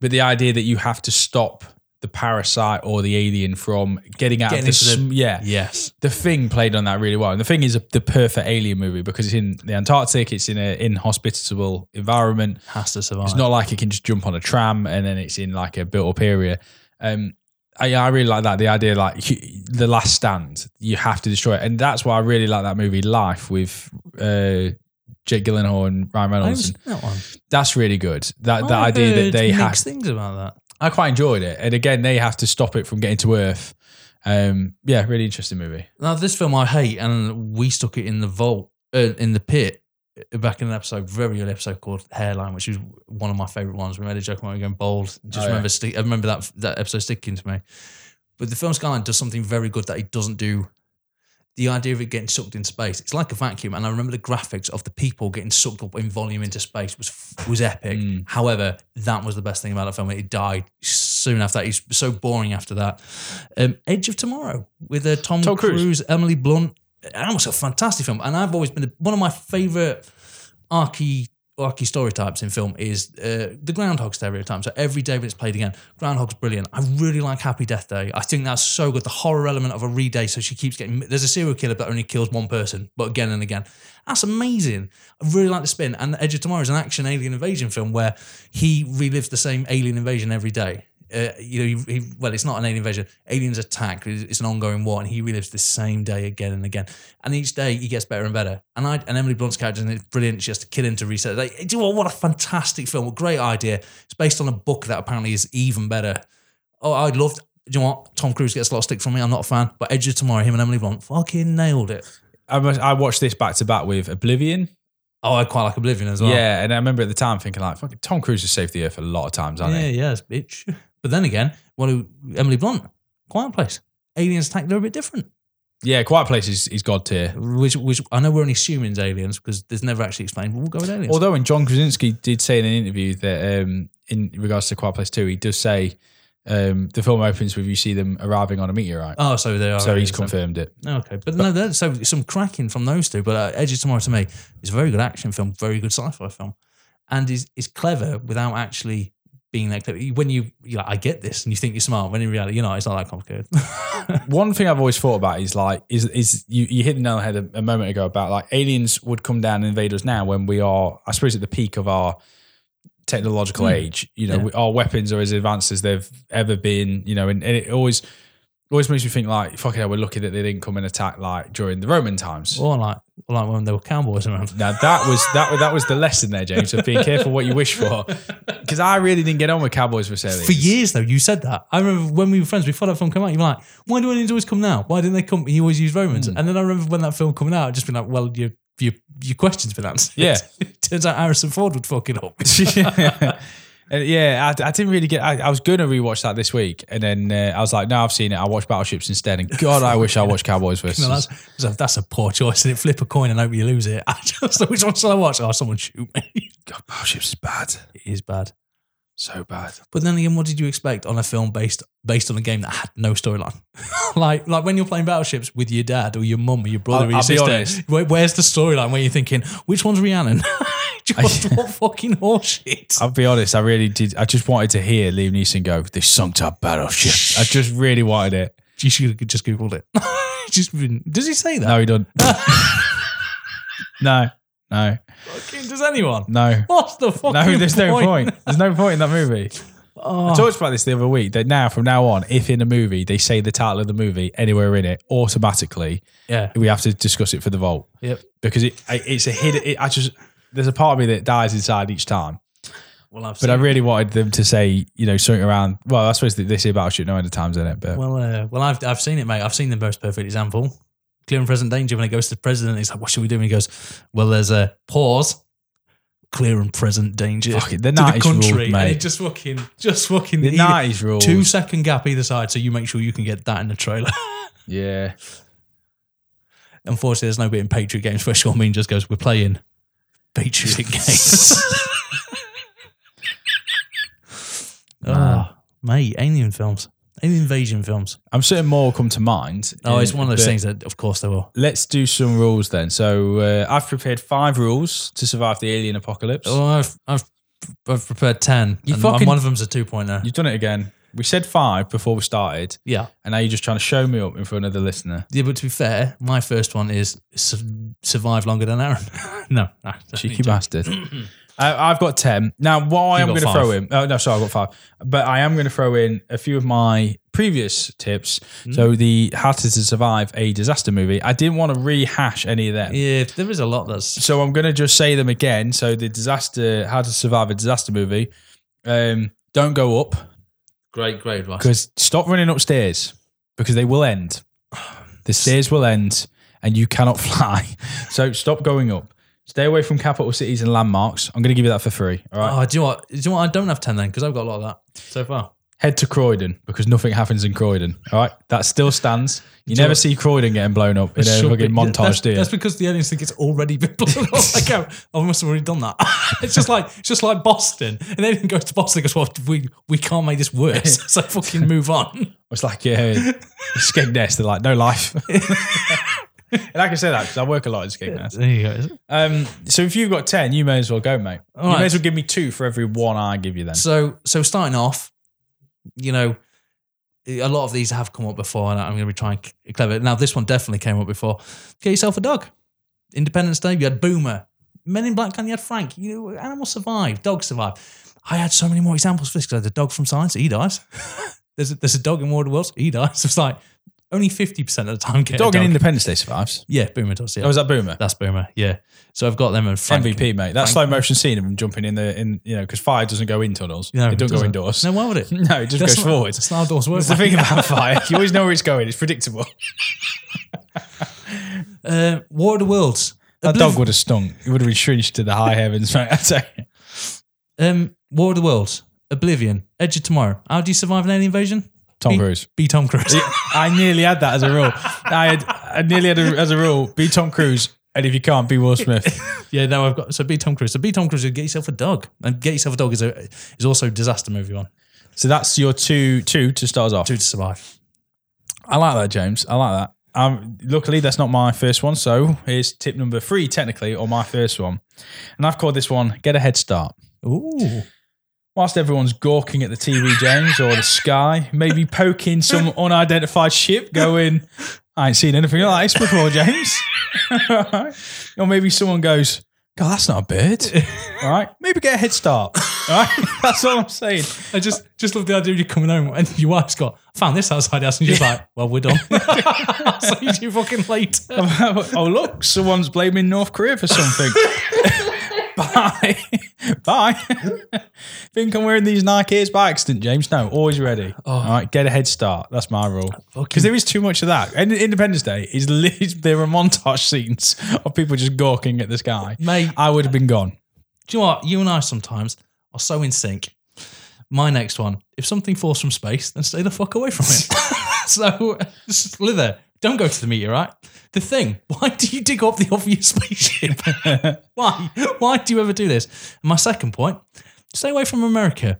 S1: But the idea that you have to stop the parasite or the alien from getting out
S2: Getting
S1: of the,
S2: into the-
S1: sm- yeah
S2: Yes,
S1: The Thing played on that really well, and The Thing is a, the perfect alien movie because it's in the Antarctic, it's in an inhospitable environment.
S2: has to survive.
S1: It's not like it can just jump on a tram and then it's in like a built-up area. Um, I, I really like that the idea, like hu- the Last Stand, you have to destroy it, and that's why I really like that movie Life with uh, Jake Gyllenhaal and Ryan
S2: I
S1: Reynolds.
S2: haven't seen that one.
S1: That's really good. That that
S2: I
S1: Uh, idea that
S2: heard
S1: they
S2: mixed
S1: have
S2: things about that.
S1: I quite enjoyed it. And again, they have to stop it from getting to Earth. Um, yeah, really interesting movie.
S2: Now, this film I hate, and we stuck it in the vault, uh, in the pit, uh, back in an episode, very early episode called Hairline, which was one of my favorite ones. We made a joke about we going bold. Just
S1: Oh, yeah.
S2: remember, stick, I remember that that episode sticking to me. But the film Skyline does something very good that it doesn't do. The idea of it getting sucked in space, it's like a vacuum. And I remember the graphics of the people getting sucked up in volume into space was was epic.
S1: Mm.
S2: However, that was the best thing about that film. It died soon after that. It's so boring after that. Um, Edge of Tomorrow with uh, Tom,
S1: Tom Cruise.
S2: Cruise. Emily Blunt. That was a fantastic film. And I've always been one of my favorite archy archy story types in film is uh, the groundhog stereotype. So every day when it's played again, groundhog's brilliant. I really like Happy Death Day. I think that's so good. The horror element of a re-day. So she keeps getting there's a serial killer that only kills one person, but again and again. That's amazing. I really like the spin. And The Edge of Tomorrow is an action alien invasion film where he relives the same alien invasion every day. Uh, you know, he, he, well, it's not an alien invasion. Aliens attack. It's it's an ongoing war, and he relives the same day again and again. And each day he gets better and better. And I and Emily Blunt's character and it's brilliant. She has to kill him to reset. Like, do you know what? What a fantastic film! What a great idea. It's based on a book that apparently is even better. Oh, I loved. Do you know what? Tom Cruise gets a lot of stick from me. I'm not a fan, but Edge of Tomorrow, him and Emily Blunt fucking nailed it.
S1: I, must, I watched this back to back with Oblivion.
S2: Oh, I quite like Oblivion as well.
S1: Yeah, and I remember at the time thinking like, "Fucking Tom Cruise has saved the Earth a lot of times, hasn't
S2: Yeah,
S1: he?"
S2: yes, bitch. But then again, what do Emily Blunt? Quiet Place. Aliens attack. They're a bit different.
S1: Yeah, Quiet Place is, is god tier.
S2: Which, which I know we're only assuming is aliens because there's never actually explained. But we'll go with aliens.
S1: Although, when John Krasinski did say in an interview that um, in regards to Quiet Place Two, he does say um, the film opens with you see them arriving on a meteorite.
S2: oh, so they are.
S1: so he's
S2: aliens then.
S1: confirmed it.
S2: Okay, but, no, that's so some cracking from those two. But uh, Edge of Tomorrow to me is a very good action film, very good sci-fi film, and is is clever without actually being that clever. When you you're like, I get this, and you think you're smart, when in reality, you know, it's not that complicated. <laughs>
S1: One thing I've always thought about is like is is you, you hit the nail on the head a, a moment ago about like aliens would come down and invade us now when we are I suppose at the peak of our technological
S2: Hmm.
S1: age. You know,
S2: Yeah.
S1: we, our weapons are as advanced as they've ever been. You know, and, and it always always makes me think like fucking hell, we're lucky that they didn't come and attack like during the Roman times.
S2: or like or like when there were cowboys around.
S1: Now that was that was- that was the lesson there, James, of being careful what you wish
S2: <laughs>
S1: for. Because I really didn't get on with Cowboys vs Aliens.
S2: For years though, you said that. I remember when we were friends before that film came out. You were like, "Why do aliens always come now? Why didn't they come?" You always use Romans, and then I remember when that film coming out, I'd just been like, "Well, you your your question's been answered.
S1: Yeah.
S2: <laughs> Turns out Harrison Ford would fuck it up.
S1: yeah, <laughs> And yeah I, I didn't really get. I, I was going to rewatch that this week, and then uh, I was like, "No, I've seen it. I watched Battleships instead." And God, I wish I watched Cowboys versus.
S2: No, that's, that's a- that's a poor choice. And it flip a coin and hope you lose it. <laughs> I just which one shall I watch? Oh, someone shoot me. <laughs>
S1: God, Battleships is bad,
S2: It is bad.
S1: so bad.
S2: But then again, what did you expect on a film based based on a game that had no storyline? <laughs> like like when you're playing battleships with your dad or your mum or your brother
S1: I'll-
S2: or your
S1: I'll be
S2: sister.
S1: honest.
S2: Where, where's the storyline where you're thinking, which one's Rhiannon? <laughs> just <laughs> what fucking horseshit.
S1: I'll be honest. I really did. I just wanted to hear Liam Neeson go, "They sunk our battleship." I just really wanted it.
S2: You should have just googled it. <laughs> just been- does he say that?
S1: No, he doesn't. <laughs> no, no,
S2: Fucking- Does anyone?
S1: no.
S2: What's the fucking
S1: No, there's
S2: point?
S1: no point. There's no point in that movie. I talked about this the other week that now, from now on, if in a movie they say the title of the movie anywhere in it, automatically
S2: Yeah.
S1: we have to discuss it for the vote
S2: Yep.
S1: because it I- it's a hidden. It, I just there's a part of me that dies inside each time.
S2: Well, I've
S1: But
S2: seen
S1: I really wanted them to say you know something around. Well, I suppose they- they say Battleship no end of times in it, but
S2: Well, uh, well, I've I've seen it, mate. I've seen the most perfect example. Clear and present danger. When it goes to the president, he's like, "What should we do?" And he goes, "Well, there's a pause. Clear and present danger
S1: Fuck it, the
S2: to the
S1: 90s ruled,
S2: country." and
S1: mate.
S2: it just fucking, just fucking
S1: the
S2: either-
S1: nineties rules.
S2: two second gap either side, so you make sure you can get that in the trailer. <laughs>
S1: Yeah,
S2: Unfortunately, there's no bit in Patriot games where Sean Bean just goes, "We're playing Patriot
S1: <laughs>
S2: games."
S1: Nah.
S2: Ah, mate, alien films, alien invasion films.
S1: I'm certain more will come to mind.
S2: Oh, it's
S1: Uh,
S2: one of those
S1: but
S2: things that, of course, they will.
S1: Let's do some rules then. So uh, I've prepared five rules to survive the alien apocalypse.
S2: Well, Oh, I've, I've, I've prepared 10.
S1: You
S2: and
S1: fucking-
S2: one of them's a two pointer.
S1: You've done it again. We said five before we started,
S2: Yeah.
S1: and now you're just trying to show me up in front of the listener.
S2: Yeah, but to be fair, my first one is su- survive longer than Aaron. <laughs> no. no
S1: Cheeky bastard. <clears throat> I, I've got ten now. What I am going
S2: You've
S1: to
S2: got
S1: throw in? Oh no, sorry, I've got five. But I am going to throw in a few of my previous tips. So the how to survive a disaster movie. I didn't want to rehash any of them.
S2: Yeah, there is a lot that's.
S1: So I'm going to just say them again. So the disaster, how to survive a disaster movie. Um, don't go up
S2: Great, great advice.
S1: because stop running upstairs because they will end. The stairs will end and you cannot <laughs> fly. So stop going up. Stay away from capital cities and landmarks. I'm going to give you that for free. All right.
S2: Oh, do you know what? Do you know what? I don't have 10 then because I've got a lot of that so far.
S1: Head to Croydon because nothing happens in Croydon. All right. That still stands. You
S2: Do
S1: never
S2: you-
S1: see Croydon getting blown up in a
S2: Should be-
S1: fucking montage,
S2: that's,
S1: do you?
S2: That's because the aliens think it's already been blown <laughs> up. Like, oh, I must have already done that. <laughs> it's just like it's just like Boston. And then it goes to Boston and goes, well, we, we can't make this worse. <laughs> so fucking move on.
S1: It's like
S2: <laughs>
S1: yeah, Skegness. They're like no life. and I can say that because I work a lot in Skegness.
S2: There you go. Is it?
S1: Um, so if you've got ten, you may as well go, mate. you
S2: right.
S1: may as well give me two for every one I give you. Then
S2: So, so starting off, you know, a lot of these have come up before, and I'm going to be trying clever. Now, this one definitely came up before. Get yourself a dog. Independence Day, you had Boomer. Men in Black, and you had Frank. You know, animals survive, dogs survive. I had so many more examples for this because I had a dog from Science, he dies. <laughs> there's a, there's a dog in War of the Worlds, he dies. <laughs> It's like only fifty percent of the time. Get
S1: dog,
S2: a
S1: in
S2: dog.
S1: Independence Day survives.
S2: yeah, Boomer does. Yeah,
S1: Oh, is that Boomer?
S2: that's Boomer. Yeah. So I've got them and Frank.
S1: MVP, mate. That
S2: Frank-
S1: slow motion scene of him jumping in the in you know because fire doesn't go in tunnels.
S2: No,
S1: it
S2: it
S1: doesn't, go indoors.
S2: doesn't.
S1: <laughs>
S2: No,
S1: No,
S2: why would it?
S1: it just goes
S2: not-
S1: forward.
S2: That's not how doors work.
S1: That's the
S2: mate.
S1: thing
S2: <laughs>
S1: about fire. You always know where it's going. It's predictable.
S2: Uh, War of the Worlds.
S1: That
S2: Obliv-
S1: dog would have stunk. It would have been shrieked to the high heavens, mate. <laughs> I tell you.
S2: Um, War of the Worlds. Oblivion. Edge of Tomorrow. How do you survive an alien invasion?
S1: Tom Cruise.
S2: Be Tom Cruise.
S1: I nearly had that as a rule. I had I nearly had a, as a rule be Tom Cruise, and if you can't, be Will Smith.
S2: <laughs> yeah, no, I've got so be Tom Cruise. So be Tom Cruise. Get yourself a dog, and get yourself a dog is a is also a disaster movie one.
S1: So that's your two two to start us off.
S2: Two to survive.
S1: I like that, James. I like that. Um, luckily, that's not my first one. So here's tip number three, technically, or my first one, and I've called this one "Get a Head Start."
S2: Ooh,
S1: Whilst everyone's gawking at the TV, James, or the sky, maybe poking some unidentified ship, going, I ain't seen anything like this before, James. <laughs> or maybe someone goes, God, that's not a bird. All right. Maybe get a head start. All right. <laughs> That's all I'm saying.
S2: I just just love the idea of you coming home and your wife's got I found this outside the house, and you're just like, well, we're done. <laughs> so
S1: <laughs>
S2: you fucking late. <laughs>
S1: oh, look, someone's blaming North Korea for something. Bye. <laughs> Bye. Think I'm wearing these Nikes by accident, James? No, always ready.
S2: Oh.
S1: All right, get a head start. That's my rule. Because there is too much of that. And Independence Day is li- there are montage scenes of people just gawking at the sky.
S2: Mate.
S1: I would have been gone.
S2: Do you know what? You and I sometimes are so in sync. My next one: if something falls from space, then stay the fuck away from it. <laughs> so, slither. Don't go to the meteorite. The thing. Why do you dig up the obvious spaceship? why? Why do you ever do this? And my second point: stay away from America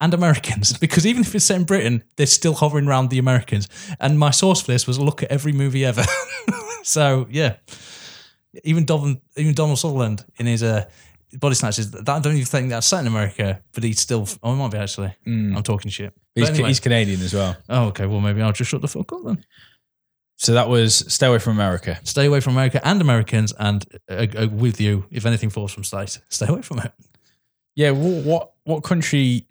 S2: and Americans <laughs> because even if it's set in Britain, they're still hovering around the Americans. And my source for this was look at every movie ever. <laughs> so yeah, even Donald, even Donald Sutherland in his uh, body snatches. That, I don't even think that's set in America, but he's still. Oh, it might be actually.
S1: Hmm.
S2: I'm talking shit. But
S1: Mm. He's,
S2: Oh, anyway.
S1: he's Canadian as well.
S2: oh, okay. Well, maybe I'll just shut the fuck up then.
S1: So that was Stay Away from America.
S2: Stay away from America and Americans, and uh, uh, with you, if anything falls from space, stay away from it.
S1: Yeah, what what, what country?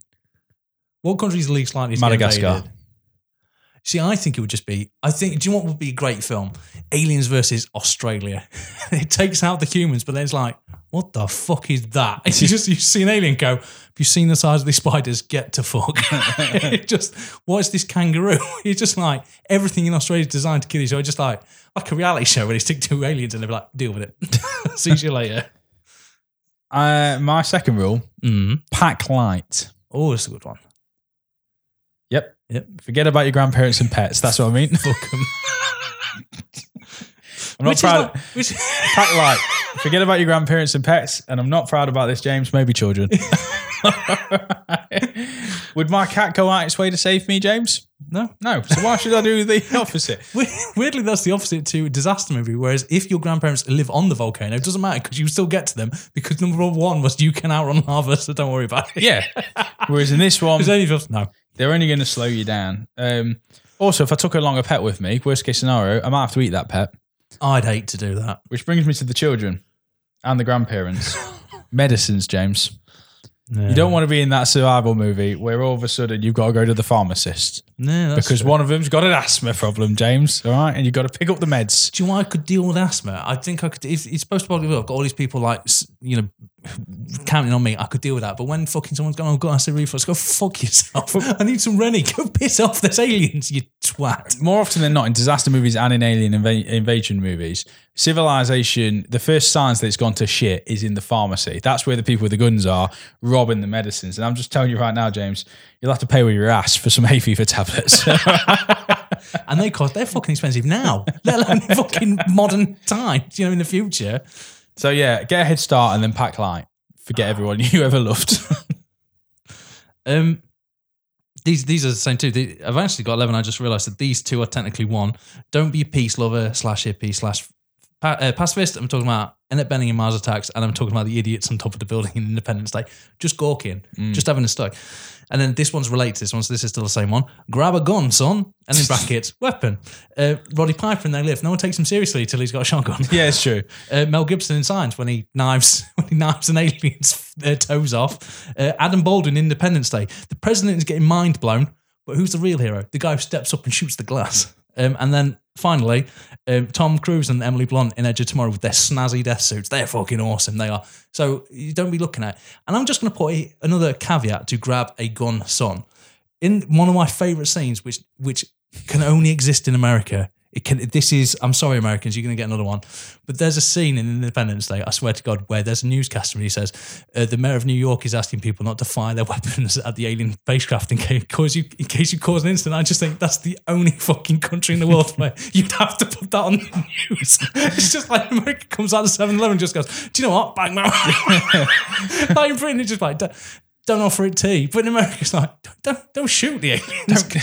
S2: What country's least likely to
S1: Madagascar.
S2: Get invaded? See, I think it would just be. I think. Do you know what would be a great film? Aliens versus Australia. <laughs> it takes out the humans, but then it's like, what the fuck is that? <laughs> It's just you see an alien go. If you've seen the size of these spiders, get to fuck. <laughs> it just what is this kangaroo? <laughs> It's just like everything in Australia is designed to kill you. So it's just like like a reality show where they stick two aliens and they're like, deal with it. <laughs> see you later.
S1: Uh, my second rule
S2: Mm.
S1: pack light.
S2: Oh, that's a good one.
S1: Yep.
S2: Yep.
S1: Forget about your grandparents and pets. That's what I mean. <laughs>
S2: Fuck 'em.
S1: I'm not
S2: Which is
S1: proud.
S2: not- which, <laughs>
S1: pack light. Forget about your grandparents and pets. And I'm not proud about this, James. Maybe children. <laughs> Would my cat go out its way to save me, James?
S2: no.
S1: No. So why should I do the <laughs> opposite?
S2: We- <laughs> Weirdly, that's the opposite to a disaster movie. Whereas if your grandparents live on the volcano, it doesn't matter because you still get to them. Because number one was you can outrun lava, <laughs> so don't worry about it.
S1: Yeah. Whereas in this one,
S2: It's only just no.
S1: they're only going to slow you down. Um, also, if I took along a pet with me, worst case scenario, I might have to eat that pet.
S2: I'd hate to do that.
S1: Which brings me to the children and the grandparents. Medicines, James. You don't want to be in that survival movie where all of a sudden you've got to go to the pharmacist
S2: no, that's
S1: because
S2: true.
S1: one of them's got an asthma problem, James. All right, and you've got to pick up the meds.
S2: Do you know what I could deal with asthma? I think I could. It's, it's supposed to bother me. I've got all these people like s- you know <sighs> counting on me. I could deal with that. But when fucking someone's going, oh, I've got acid reflux. Go fuck yourself. I need some Rennie. Go piss off. There's aliens. You twat.
S1: More often than not, in disaster movies and in alien inv- invasion movies, civilization, the first signs that it's gone to shit is in the pharmacy. That's where the people with the guns are robbing the medicines. And I'm just telling you right now, James, you'll have to pay with your ass for some <laughs> hay fever tablets.
S2: and they cost they're fucking expensive now, <laughs> let alone fucking modern times. You know, in the future.
S1: so, yeah, get a head start and then pack light. Forget everyone <laughs> you ever loved.
S2: Um, these these are the same two. The- I've actually got eleven. I just realised that these two are technically one. Don't be a peace lover slash hippie slash pa- uh, pacifist. I'm talking about Annette Benning in Mars Attacks, and I'm talking about the idiots on top of the building in Independence Day, just gawking, just having a stoke. And then this one's related to this one, so this is still the same one. Grab a gun, son, and in brackets, weapon. Uh, Roddy Piper in They Live. No one takes him seriously till he's got a shotgun.
S1: yeah, it's true.
S2: Uh, Mel Gibson in Signs when he knives <laughs> when he knives an alien's uh, toes off. Uh, Adam Baldwin Independence Day. The president is getting mind blown, but who's the real hero? The guy who steps up and shoots the glass. Um, and then finally, um, Tom Cruise and Emily Blunt in Edge of Tomorrow with their snazzy death suits. They're fucking awesome. They are. So you don't be looking at. And I'm just going to put a, another caveat to grab a gun, son in one of my favorite scenes, which which can only exist in America. It can. This is. I'm sorry, Americans. You're going to get another one. But there's a scene in Independence Day. I swear to God, where there's a newscaster and he says, uh, "The mayor of New York is asking people not to fire their <laughs> weapons at the alien spacecraft in case, cause you, in case you cause an incident." I just think that's the only fucking country in the world where <laughs> you'd have to put that on the news. <laughs> It's just like America comes out of 7-Eleven and just goes, "Do you know what? Bang, bang." <laughs> like in Britain, it's just like. "Don't- don't offer it tea. But in America, it's like, don't, don't, don't
S1: <laughs>
S2: shoot the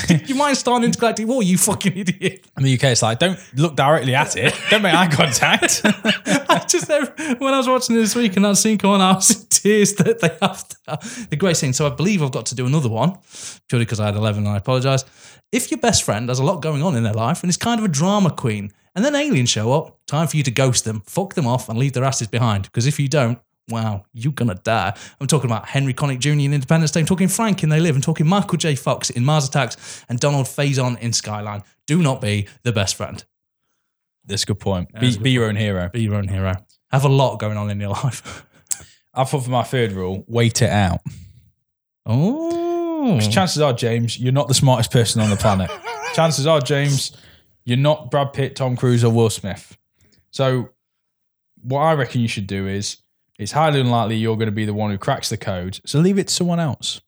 S2: <laughs> aliens. you might start an intergalactic war, you fucking idiot. <laughs>
S1: In the UK, it's like, don't look directly at it, don't make eye <laughs> contact.
S2: I just, when I was watching it this week and that scene come on, I was in tears <laughs> that they have to, the great scene. So I believe I've got to do another one purely because I had 11 and I apologize. If your best friend has a lot going on in their life and is kind of a drama queen and then aliens show up, time for you to ghost them, fuck them off and leave their asses behind. Because if you don't, Wow, you're gonna die. I'm talking about Henry Connick Jr. in Independence Day. I'm talking Frank in They Live. I'm talking Michael J. Fox in Mars Attacks and Donald Faison in Skyline. Do not be the best friend.
S1: That's a good point. Be, be your own hero.
S2: Be your own hero. Have a lot going on in your <laughs> life.
S1: I've thought for my third rule: wait it out.
S2: Oh,
S1: Because chances are, James, you're not the smartest person on the planet. chances are, James, you're not Brad Pitt, Tom Cruise, or Will Smith. So, what I reckon you should do is it's highly unlikely you're going to be the one who cracks the code. So, leave it to someone else.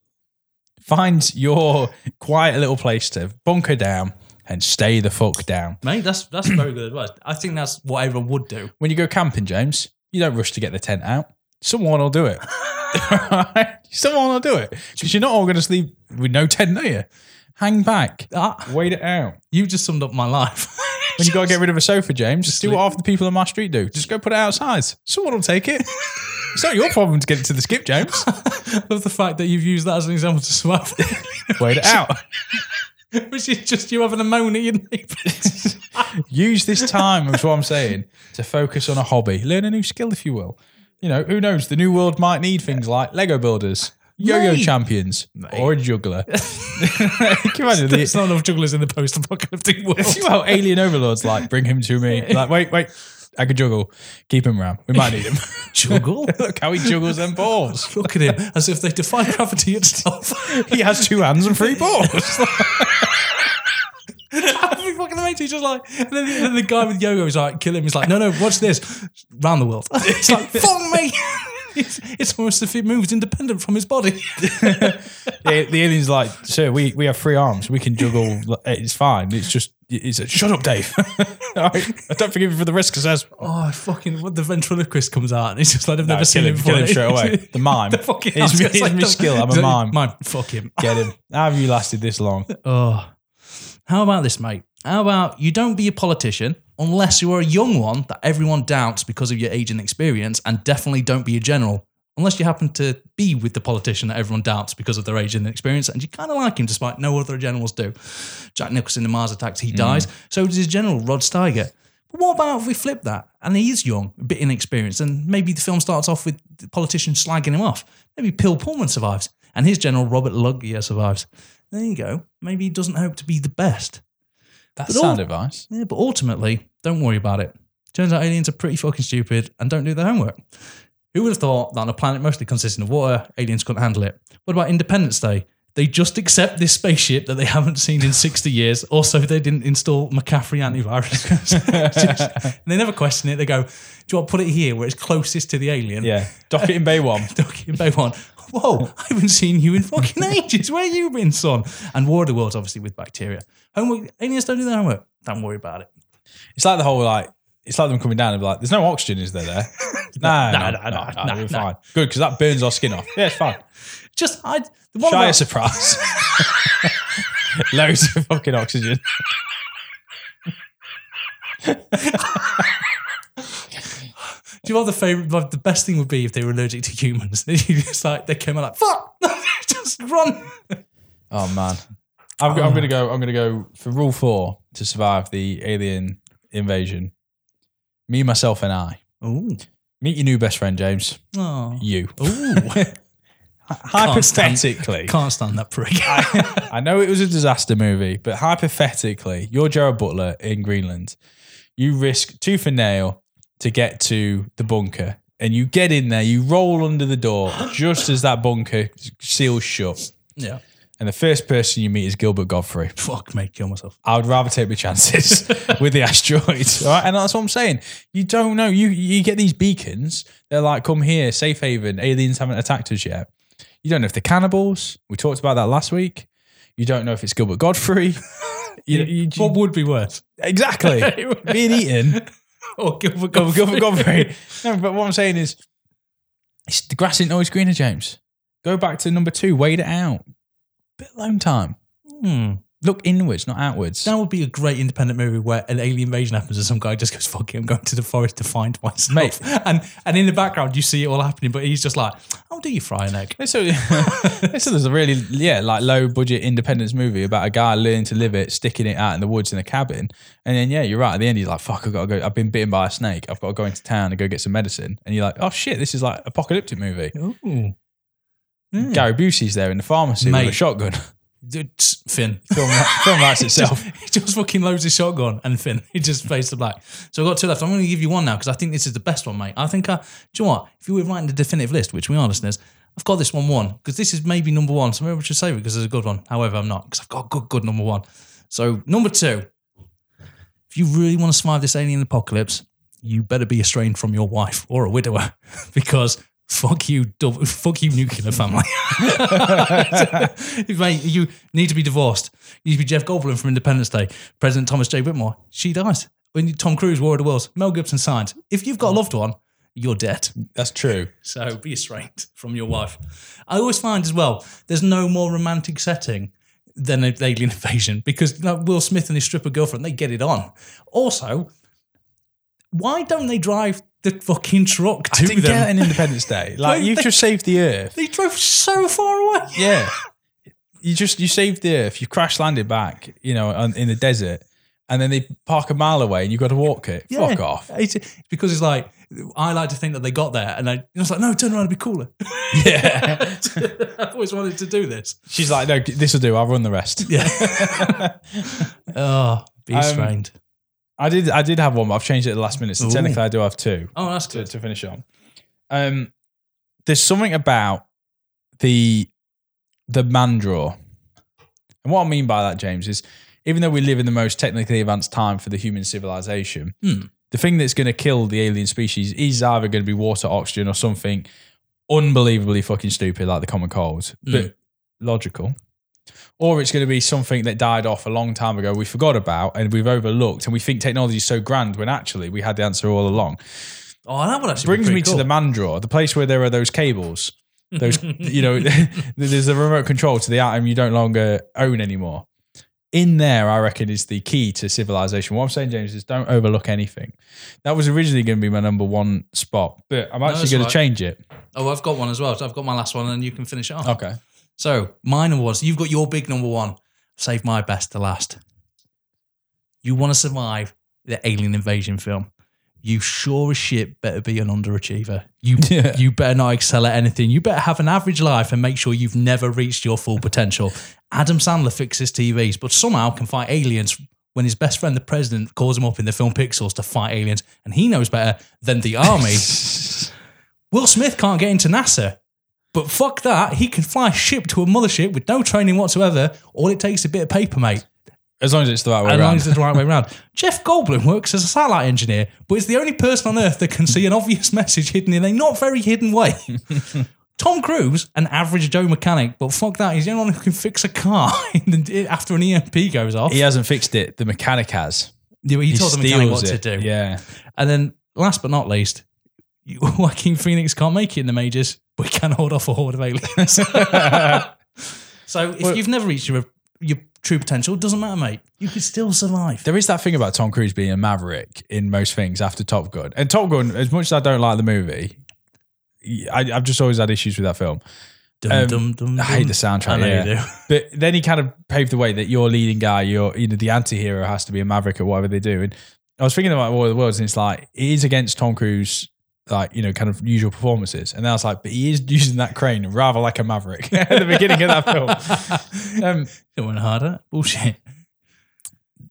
S1: Find your quiet little place to bunker down and stay the fuck down.
S2: mate, that's that's very good advice. I think that's what everyone would do.
S1: When you go camping, James, you don't rush to get the tent out. Someone will do it. <laughs> someone will do it. Because you're not all going to sleep with no tent, are you? Hang back.
S2: Ah,
S1: Wait it out.
S2: you just summed up my life.
S1: <laughs> When you
S2: <laughs>
S1: gotta get rid of a sofa, James, just do what
S2: sleep.
S1: half the people on my street do. Just go put it outside. Someone will take it. it's not your problem to get it to the skip,
S2: <laughs>
S1: James.
S2: Love the fact that you've used that as an example to survive, <laughs>
S1: Wait it out.
S2: which is just you having a moan at your neighbours.
S1: Use this time, is what I'm saying, to focus on a hobby. Learn a new skill, if you will. You know, who knows? The new world might need things like Lego builders, yo-yo
S2: Mate.
S1: champions, or a
S2: <laughs>
S1: juggler. Can you <laughs> imagine the,
S2: There's
S1: <laughs>
S2: not enough jugglers in the post-apocalyptic world.
S1: well, alien overlords like bring him to me. Like, wait, wait, I could juggle. Keep him round. We might need him. <laughs>
S2: Juggle?
S1: Look how he juggles them balls.
S2: <laughs> Look at him, as if they defy
S1: <laughs>
S2: gravity itself.
S1: He has two hands and <laughs> three balls.
S2: <laughs> That'd be fucking amazing. He's just like, and then, and then the guy with yoga is like, kill him. He's like, no, no, watch this. Round
S1: <laughs>
S2: the world. It's like, fuck me. <laughs> It's, it's almost if it moves independent from his
S1: <laughs>
S2: body.
S1: the, the alien's like, sir, we, we have three arms. We can juggle. It's fine. It's just, it's a, shut up, Dave. <laughs> All right. I don't forgive you for the risk assessment.
S2: Oh, I fucking, what the ventriloquist comes out. And it's just like, I've never
S1: No,
S2: seen
S1: kill him,
S2: him
S1: kill him
S2: before.
S1: straight <laughs>
S2: <laughs>
S1: away. The mime.
S2: The fucking
S1: Here's me-
S2: <laughs> it's
S1: here's me skill. I'm a
S2: it's like,
S1: mime.
S2: Mime, fuck him.
S1: Get him. How have you lasted this long?
S2: Oh. How about this, mate? How about you don't be a politician unless you are a young one that everyone doubts because of your age and experience, and definitely don't be a general unless you happen to be with the politician that everyone doubts because of their age and experience, and you kind of like him despite no other generals do. Jack Nicholson in Mars Attacks, he dies. So does his general, Rod Steiger. But what about if we flip that and he is young, a bit inexperienced, and maybe the film starts off with the politician slagging him off? Maybe Pill Pullman survives and his general, Robert Loggia, survives. There you go. Maybe he doesn't hope to be the best.
S1: That's
S2: all-
S1: sound advice.
S2: Yeah, but ultimately, don't worry about it. Turns out aliens are pretty fucking stupid and don't do their homework. Who would have thought that on a planet mostly consisting of water, aliens couldn't handle it? What about Independence Day? They just accept this spaceship that they haven't seen in 60 years. Also, they didn't install McCaffrey antivirus. <laughs> Just- they never question it. They go, Do you want to put it here where it's closest to the alien?
S1: Yeah. Dock it in Bay One.
S2: Ducky and Baywan. Whoa, I haven't seen you in fucking ages. Where you been, son? And War of the Worlds, obviously, with bacteria. Homework, aliens don't do their homework. Don't worry about it.
S1: It's like the whole, like, it's like them coming down and be like, there's no oxygen, is there? <laughs> There? no, no, no, no, no,
S2: no,
S1: we're
S2: no.
S1: fine. Good, because that burns our skin off. Yeah, it's fine.
S2: Just, I, the one
S1: Shy
S2: about-
S1: a surprise. <laughs> Loads of fucking oxygen.
S2: Do you know what the favorite, like, the best thing would be if they were allergic to humans? <laughs> You just like they came out like fuck, <laughs> just run.
S1: Oh man, I'm, go- I'm gonna go. I'm gonna go for rule four to survive the alien invasion. Me, myself, and I.
S2: Ooh,
S1: Meet your new best friend, James.
S2: oh,
S1: You.
S2: ooh,
S1: Hypothetically,
S2: can't stand that prick.
S1: I know it was a disaster movie, but hypothetically, you're Gerald Butler in Greenland. You risk tooth and nail to get to the bunker, and you get in there. You roll under the door just as that bunker seals shut,
S2: <laughs> yeah,
S1: and the first person you meet is Gilbert Godfrey.
S2: fuck me, kill myself.
S1: I would rather take my chances with the asteroids. All right? And that's what I'm saying. You don't know. You you get these beacons. They're like, come here, safe haven. Aliens haven't attacked us yet. You don't know if they're cannibals. We talked about that last week. You don't know if it's Gilbert Godfrey. You, you-
S2: what would be worse? <laughs>
S1: exactly. Being eaten.
S2: Or Gilbert
S1: Gilbert, Gilbert
S2: Godfrey.
S1: Godfrey. No, but what I'm saying is, it's, the grass isn't always greener, James. Go back to number two. Wait it out. Bit alone time.
S2: Hmm.
S1: Look inwards, not outwards.
S2: That would be a great independent movie where an alien invasion happens and some guy just goes, fuck it, I'm going to the forest to find myself.
S1: Mate.
S2: And and in the background, you see it all happening, but he's just like, I'll do you fry an egg.
S1: <laughs> This is, this is a really yeah like low budget independence movie about a guy learning to live it, sticking it out in the woods in a cabin, and then yeah, you're right. At the end, he's like, "Fuck, I gotta go. I've been bitten by a snake. I've got to go into town and go get some medicine." And you're like, "Oh shit, this is like apocalyptic movie."
S2: Ooh.
S1: Gary Busey's there in the pharmacy with a
S2: Mm. <laughs> Mate.
S1: shotgun.
S2: It's Finn. <laughs>
S1: Film, film writes itself.
S2: just fucking loads his shotgun and Finn, <laughs> he just faced the black. So I've got two left. I'm going to give you one now because I think this is the best one, mate. I think, I, do you know what? If you were writing the definitive list, which we are listeners, I've got this one one because this is maybe number one. So maybe we should save it because it's a good one. However, I'm not because I've got a good, good number one. So number two, if you really want to survive this alien apocalypse, you better be estranged from your wife or a widower <laughs> because fuck you, dou- fuck you, nuclear family. <laughs> Mate, you need to be divorced. You need to be Jeff Goldblum from Independence Day. President Thomas J. Whitmore, she dies. When Tom Cruise, War of the Worlds, Mel Gibson signed. If you've got a loved one, you're dead.
S1: <laughs> That's true.
S2: So be estranged from your wife. I always find as well, there's no more romantic setting than an alien <laughs> invasion because like Will Smith and his stripper girlfriend, they get it on. Also, why don't they drive the fucking truck to
S1: To
S2: them?
S1: get an Independence
S2: <laughs>
S1: Day, like
S2: Well,
S1: you've
S2: they-
S1: just saved the Earth.
S2: They drove so far away.
S1: Yeah, you just you saved the Earth. You crash landed back, you know, on, in the desert, and then they park a mile away, and you've got to walk it.
S2: Yeah.
S1: Fuck off.
S2: It's, it's because it's like I like to think that they got there, and I, I was like, no, turn around, it'd be cooler.
S1: Yeah,
S2: <laughs> I've always wanted to do this.
S1: she's like, no, this will do. I'll run the rest.
S2: Yeah. oh, be
S1: Um,
S2: strained.
S1: I did, I did have one, but I've changed it at the last minute. So
S2: Ooh.
S1: technically, I do have two.
S2: Oh, that's
S1: to,
S2: good.
S1: to finish on. Um, there's something about the the mandraw, and what I mean by that, James, is even though we live in the most technically advanced time for the human civilization,
S2: Hmm.
S1: the thing that's going to kill the alien species is either going to be water, oxygen, or something unbelievably fucking stupid like the common cold, but logical. Or it's going to be something that died off a long time ago, we forgot about, and we've overlooked, and we think technology is so grand when actually we had the answer all along
S2: Oh, that would actually
S1: brings me to the
S2: the
S1: Mandraw, the place where there are those cables.
S2: <laughs>
S1: Those, you know, <laughs> there's a remote control to the atom you don't longer own anymore. In there, I reckon, is the key to civilization. What I'm saying, James, is don't overlook anything. That was originally going to be my number one spot, but I'm actually
S2: that's
S1: going
S2: right.
S1: to change it.
S2: Oh, I've got one as well. So I've got my last one, and you can finish it off.
S1: Okay.
S2: So my number one. So you've got your big number one. Save my best to last. You want to survive the alien invasion film. You sure as shit better be an underachiever. You
S1: Yeah.
S2: you better not excel at anything. You better have an average life and make sure you've never reached your full potential. Adam Sandler fixes TVs, but somehow can fight aliens when his best friend, the president, calls him up in the film Pixels to fight aliens, and he knows better than the
S1: <laughs>
S2: <laughs> army. Will Smith can't get into NASA. But fuck that, he can fly a ship to a mothership with no training whatsoever. All it takes is a bit of paper, mate.
S1: As long as it's the right way
S2: As long
S1: around.
S2: as it's the right way around. <laughs> Jeff Goldblum works as a satellite engineer, but is the only person on Earth that can see an obvious <laughs> message hidden in a not very
S1: <laughs>
S2: hidden way. Tom Cruise, an average Joe mechanic, but fuck that, he's the only one who can fix a car <laughs> in the- after an EMP goes off.
S1: he hasn't fixed it. The mechanic has.
S2: Yeah, he,
S1: He
S2: told the mechanic
S1: steals
S2: what
S1: it.
S2: to do.
S1: Yeah.
S2: And then, last but not least, <laughs> you- Joaquin Phoenix can't make it in the majors, but he can hold off a horde of aliens.
S1: <laughs>
S2: <laughs> so if
S1: Well-
S2: you've never reached your your true potential, it doesn't matter, mate. You could still survive.
S1: There is that thing about Tom Cruise being a maverick in most things after Top Gun. And Top Gun, as much as I don't like the movie, I, I've just always had issues with that film.
S2: Dum,
S1: um,
S2: dum, dum,
S1: I hate
S2: dum.
S1: the soundtrack.
S2: I know
S1: yeah.
S2: you do.
S1: But then he kind of paved the way that your leading guy, your you know, the anti-hero has to be a maverick or whatever they do. And I was thinking about War of the Worlds, and it's like it is against Tom Cruise, like you know, kind of usual performances. And then I was like, but he is using that crane rather like a maverick <laughs> at the <laughs> beginning of that film.
S2: <laughs>
S1: Um,
S2: it went harder. Bullshit.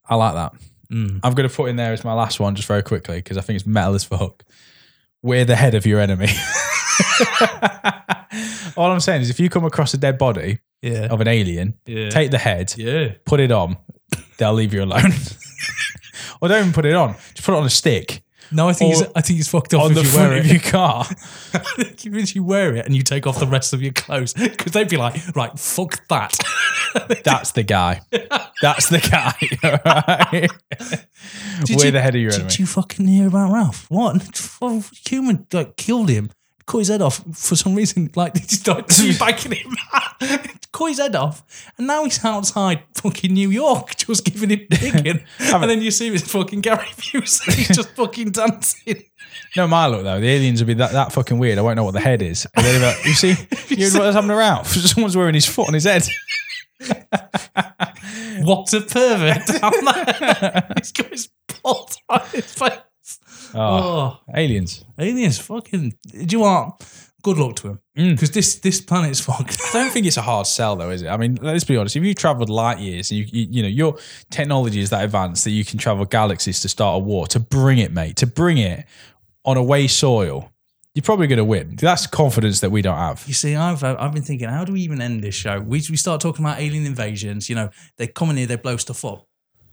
S1: I like that.
S2: Mm.
S1: I'm going to put in there as my last one, just very quickly, because I think it's metal as fuck. We're the head of your enemy. <laughs> All I'm saying is, if you come across a dead body
S2: Yeah.
S1: of an alien,
S2: Yeah.
S1: take the head,
S2: yeah.
S1: put it on, they'll leave you alone. <laughs> or don't even put it on. Just put it on a stick
S2: No, I think
S1: Or-
S2: it's, I think it's fucked off
S1: on
S2: if
S1: the
S2: you wear
S1: front
S2: it.
S1: of your car.
S2: <laughs> if you wear it and you take off the rest of your clothes, because they'd be like, right, fuck that. <laughs>
S1: That's the guy. That's the guy. <laughs> alright?
S2: Did
S1: We're
S2: you-
S1: the head of your enemy.
S2: Did you fucking hear about Ralph? What? A human like killed him, cut his head off for some reason. Like <laughs> they just started backing him, <laughs> cut his head off, and now he's outside fucking New York, <laughs> just giving it digging. and then you see his fucking Gary <laughs> Busey, he's just fucking dancing.
S1: no, my look though. The aliens would be that, that fucking weird. I won't know what the head is. And they'd be like, you
S2: <laughs>
S1: see, you know what's happened to Ralph? <laughs> Someone's wearing his foot on his head.
S2: What a pervert! down there. <laughs> he's got his pot on his face.
S1: Oh,
S2: oh.
S1: aliens.
S2: Aliens, fucking. Do you want? Good luck to him
S1: Mm.
S2: because this this planet is fucked. <laughs>
S1: I don't think it's a hard sell though, is it? I mean, let's be honest. If you've traveled light years, and you, you you know your technology is that advanced that you can travel galaxies to start a war, to bring it, mate, to bring it on away soil, you're probably going to win. That's confidence that we don't have.
S2: You see, I've uh, I've been thinking, how do we even end this show? We we start talking about alien invasions. You know, they come in here, they blow stuff up.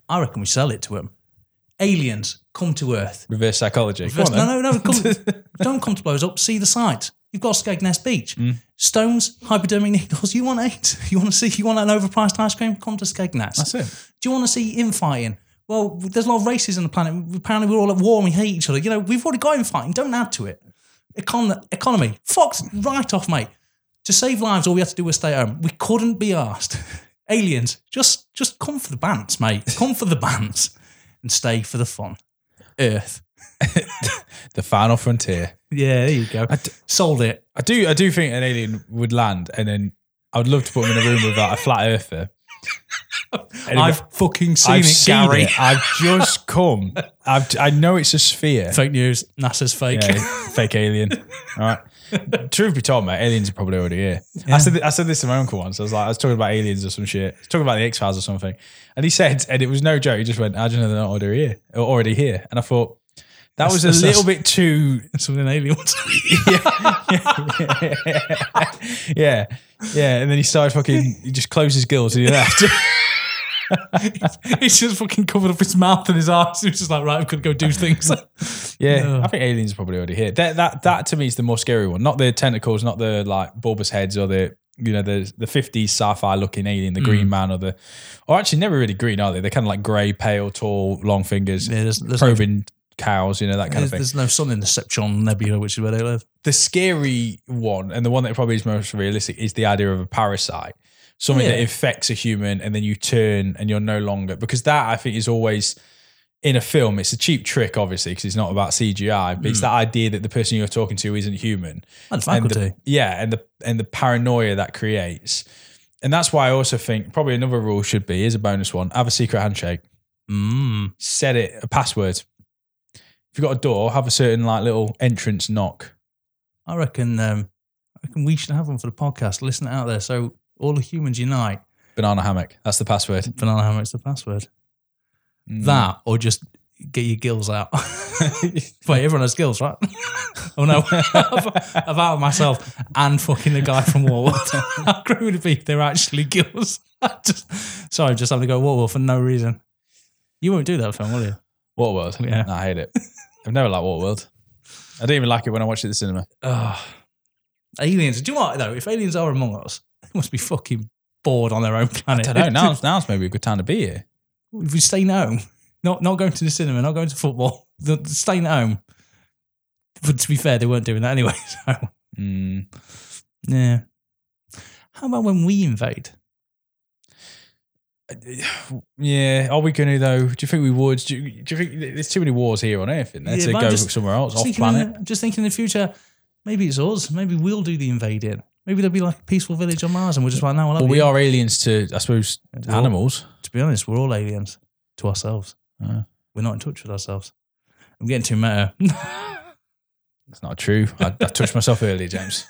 S2: I reckon we sell it to them. Aliens come to Earth.
S1: Reverse psychology. Come on, then.
S2: no, no, no. Come,
S1: <laughs>
S2: don't come to blow us up. See the site. You've got Skegness Beach.
S1: Mm.
S2: Stones, hypodermic needles. You want eight? <laughs> You want to see? You want an overpriced ice cream? Come to Skegness.
S1: That's it.
S2: Do you want to see infighting? Well, there's a lot of races on the planet. Apparently, we're all at war and we hate each other. You know, we've already got infighting. Don't add to it. Econ- economy, fucked right off, mate. To save lives, all we had to do was stay at home. We couldn't be asked. <laughs> Aliens, just just come for the bants, mate. Come for the bants and stay for the fun. Earth.
S1: <laughs> The final frontier.
S2: Yeah, there you go.
S1: I d-
S2: Sold it.
S1: I do. I do think an alien would land, and then I would love to put him in a room without a flat earther. And
S2: I've fucking seen
S1: I've
S2: it,
S1: seen
S2: Gary.
S1: it. I've just come. I've, I know it's a sphere.
S2: Fake news. NASA's fake. <laughs>
S1: Yeah, fake alien. All right. Truth be told, mate, aliens are probably already here. I said I said this to my uncle once. I was like, I was talking about aliens or some shit. I was talking about the X Files or something, and he said, and it was no joke. He just went, "I just know they're not already here, or already here." And I thought that was a
S2: That's-
S1: little bit too.
S2: Something alien wants.
S1: Yeah, yeah. And then he started fucking. He just closed his gills and he left.
S2: <laughs> He's just fucking covered up his mouth and his eyes. He's just like, right, I'm gonna go do <laughs> things.
S1: Yeah, I think aliens are probably already here. That that that to me is the more scary one. Not the tentacles, not the like bulbous heads or the you know the the fifties sci-fi looking alien, the
S2: Mm.
S1: Green Man or the or actually never really green are they? They're kind of like grey, pale, tall, long fingers,
S2: Yeah, there's, there's, no,
S1: probing cows, you know that kind
S2: there's,
S1: of thing.
S2: there's no sun in the Seption Nebula, which is where they live.
S1: The scary one and the one that probably is most realistic is the idea of a parasite. Something that
S2: Yeah.
S1: infects a human and then you turn and you're no longer because that I think is always in a film, it's a cheap trick, obviously, because it's not about CGI, but it's that idea that the person you're talking to isn't human.
S2: And
S1: and
S2: faculty.
S1: the, yeah, and the and the paranoia that creates. And that's why I also think probably another rule should be is a bonus one. Have a secret handshake.
S2: Mm.
S1: Set it a password. If you've got a door, have a certain like little entrance knock.
S2: I reckon. Um, I reckon we should have one for the podcast. Listen out there. So all the humans unite.
S1: Banana hammock. That's the password.
S2: Banana hammock's the password.
S1: Mm.
S2: That or just get your gills out. <laughs> Wait, everyone has gills, right? <laughs> oh no, <laughs> I've I've outed myself and fucking the guy from Warworth. <laughs> How great would it be if they're actually gills? <laughs> I just, sorry, I'm just having to go Warworth for no reason. You won't do that film, will you?
S1: Waterworld.
S2: Yeah.
S1: Nah, I hate it. I've never liked Waterworld. I didn't even like it when I watched it at the cinema.
S2: aliens. Do you know what though? If aliens are among us, they must be fucking bored on their own planet.
S1: I <laughs> don't know. Now's, now's maybe a good time to be here.
S2: <laughs> If we stay home, not not going to the cinema, not going to football, <laughs> the- the staying at home. But to be fair, they weren't doing that anyway. <laughs> So
S1: Mm.
S2: yeah. How about when we invade?
S1: Yeah. Are we going to, though? Do you think we would? Do you, do you think there's too many wars here on Earth isn't there,
S2: Yeah,
S1: to
S2: but I'm
S1: go
S2: just-
S1: somewhere else,
S2: Just
S1: off
S2: thinking
S1: planet?
S2: in the- just thinking in the future, maybe it's us. Maybe we'll do the invading. Maybe there'll be like a peaceful village on Mars, and we're just like, no, we'll have
S1: Well, we
S2: you.
S1: are aliens to, I suppose,
S2: Well-
S1: animals.
S2: To be honest, we're all aliens to ourselves.
S1: Uh.
S2: We're not in touch with ourselves. I'm getting too meta. <laughs>
S1: That's not true. I, I touched myself earlier, James.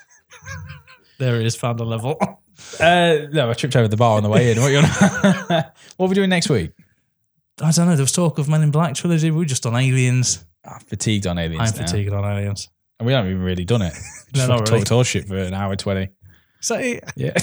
S2: there it is, found a
S1: <laughs>
S2: level. <laughs>
S1: Uh, no, I tripped over the bar on the way in. What, are you on? <laughs> what are we doing next week?
S2: I don't know. There was talk of Men in Black trilogy. We were just on aliens.
S1: I'm fatigued on aliens.
S2: I'm
S1: now.
S2: fatigued on aliens.
S1: And we haven't even really done it. <laughs> We Just
S2: not
S1: fucking
S2: really.
S1: talked all shit for an hour 20. <laughs>
S2: So it?
S1: Yeah.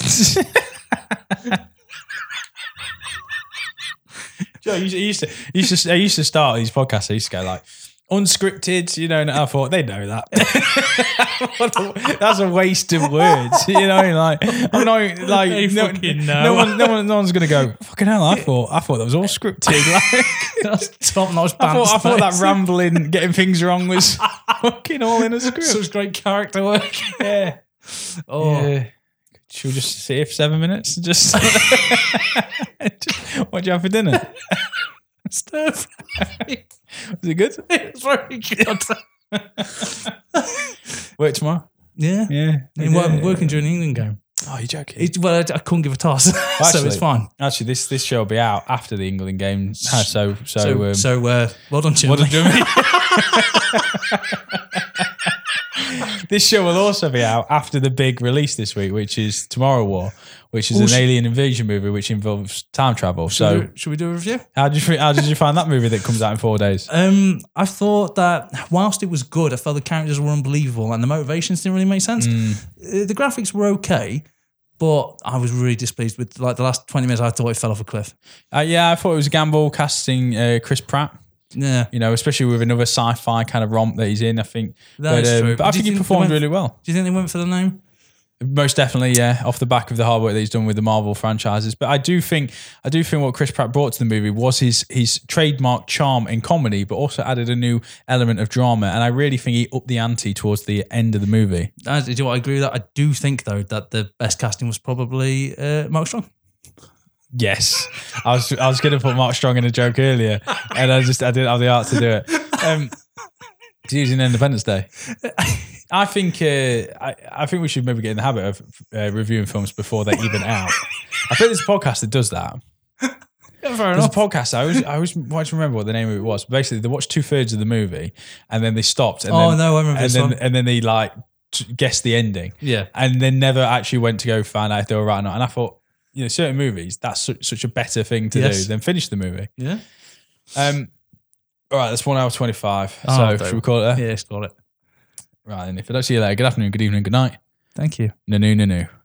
S1: Joe, you used to, you used to, I used to start these podcasts. I used to go like unscripted, you know. And I thought they know that. <laughs> What a- that's a waste of words, you know. Like I'm not like
S2: They
S1: no,
S2: fucking know.
S1: no one, no one, no one's gonna go. Fucking hell! I thought, I thought that was all scripted. <laughs> Like,
S2: That's top notch.
S1: I thought, I thought that rambling, getting things wrong was <laughs> fucking all in a script.
S2: <laughs> such great character work.
S1: yeah.
S2: <laughs> Oh,
S1: Yeah. Should we just see if seven minutes? Just <laughs> what do you have for dinner?
S2: stuff.
S1: Is it good?
S2: it's very good. <laughs>
S1: Work tomorrow?
S2: yeah.
S1: Yeah.
S2: I mean, well, I'm working during the England game.
S1: Oh, you're joking.
S2: It, well, I, I couldn't give a toss, <laughs> so it's
S1: Actually,
S2: fine.
S1: Actually, this this show will be out after the England game. So so,
S2: So,
S1: um,
S2: <laughs> so uh, well done, Jim.
S1: what did you mean? this show will also be out after the big release this week, which is Tomorrow War, which is
S2: Ooh,
S1: an
S2: sh-
S1: alien invasion movie which involves time travel.
S2: Should we
S1: Oh, So,
S2: do- should we do a review?
S1: how did you how did you find that movie that comes out in four <laughs> days?
S2: Um, I thought that whilst it was good, I felt the characters were unbelievable and the motivations didn't really make sense.
S1: Mm.
S2: Uh, The graphics were okay, but I was really displeased with like the last twenty minutes. I thought it fell off a cliff.
S1: Uh, yeah, I thought it was a gamble casting uh, Chris Pratt.
S2: Yeah,
S1: You know, especially with another sci-fi kind of romp that he's in. I think, um,
S2: That is true.
S1: but I
S2: Do you
S1: think he
S2: think
S1: performed
S2: the-
S1: really well.
S2: do you think they went for the name?
S1: Most definitely, yeah, off the back of the hard work that he's done with the Marvel franchises. But I do think I do think what Chris Pratt brought to the movie was his his trademark charm in comedy, but also added a new element of drama. And I really think he upped the ante towards the end of the movie.
S2: I Uh, do you know what, I agree with that. I do think though that the best casting was probably uh, Mark Strong.
S1: Yes, I was I was going to put Mark Strong in a joke earlier, and I just I didn't have the art to do it. Um, 'cause he was in Independence Day. I think uh, I, I think we should maybe get in the habit of uh, reviewing films before they're even out. I think there's a podcast that does that.
S2: fair
S1: There's a podcast. I always I always want to remember what the name of it was. Basically, they watched two thirds of the movie and then they stopped. And
S2: Oh
S1: then,
S2: no, I remember
S1: And
S2: this
S1: then
S2: one.
S1: and then they like t- guessed the ending
S2: Yeah,
S1: and then never actually went to go find out if they were right or not. And I thought, you know, certain movies that's su- such a better thing to
S2: Yes.
S1: do than finish the movie.
S2: yeah,
S1: Um, all right, that's one hour twenty five.
S2: Oh,
S1: so
S2: don't.
S1: should we call it? There?
S2: yeah. It's got it.
S1: Right, and if I don't see you later, good afternoon, good evening, good night.
S2: Thank you.
S1: No, no, no, no.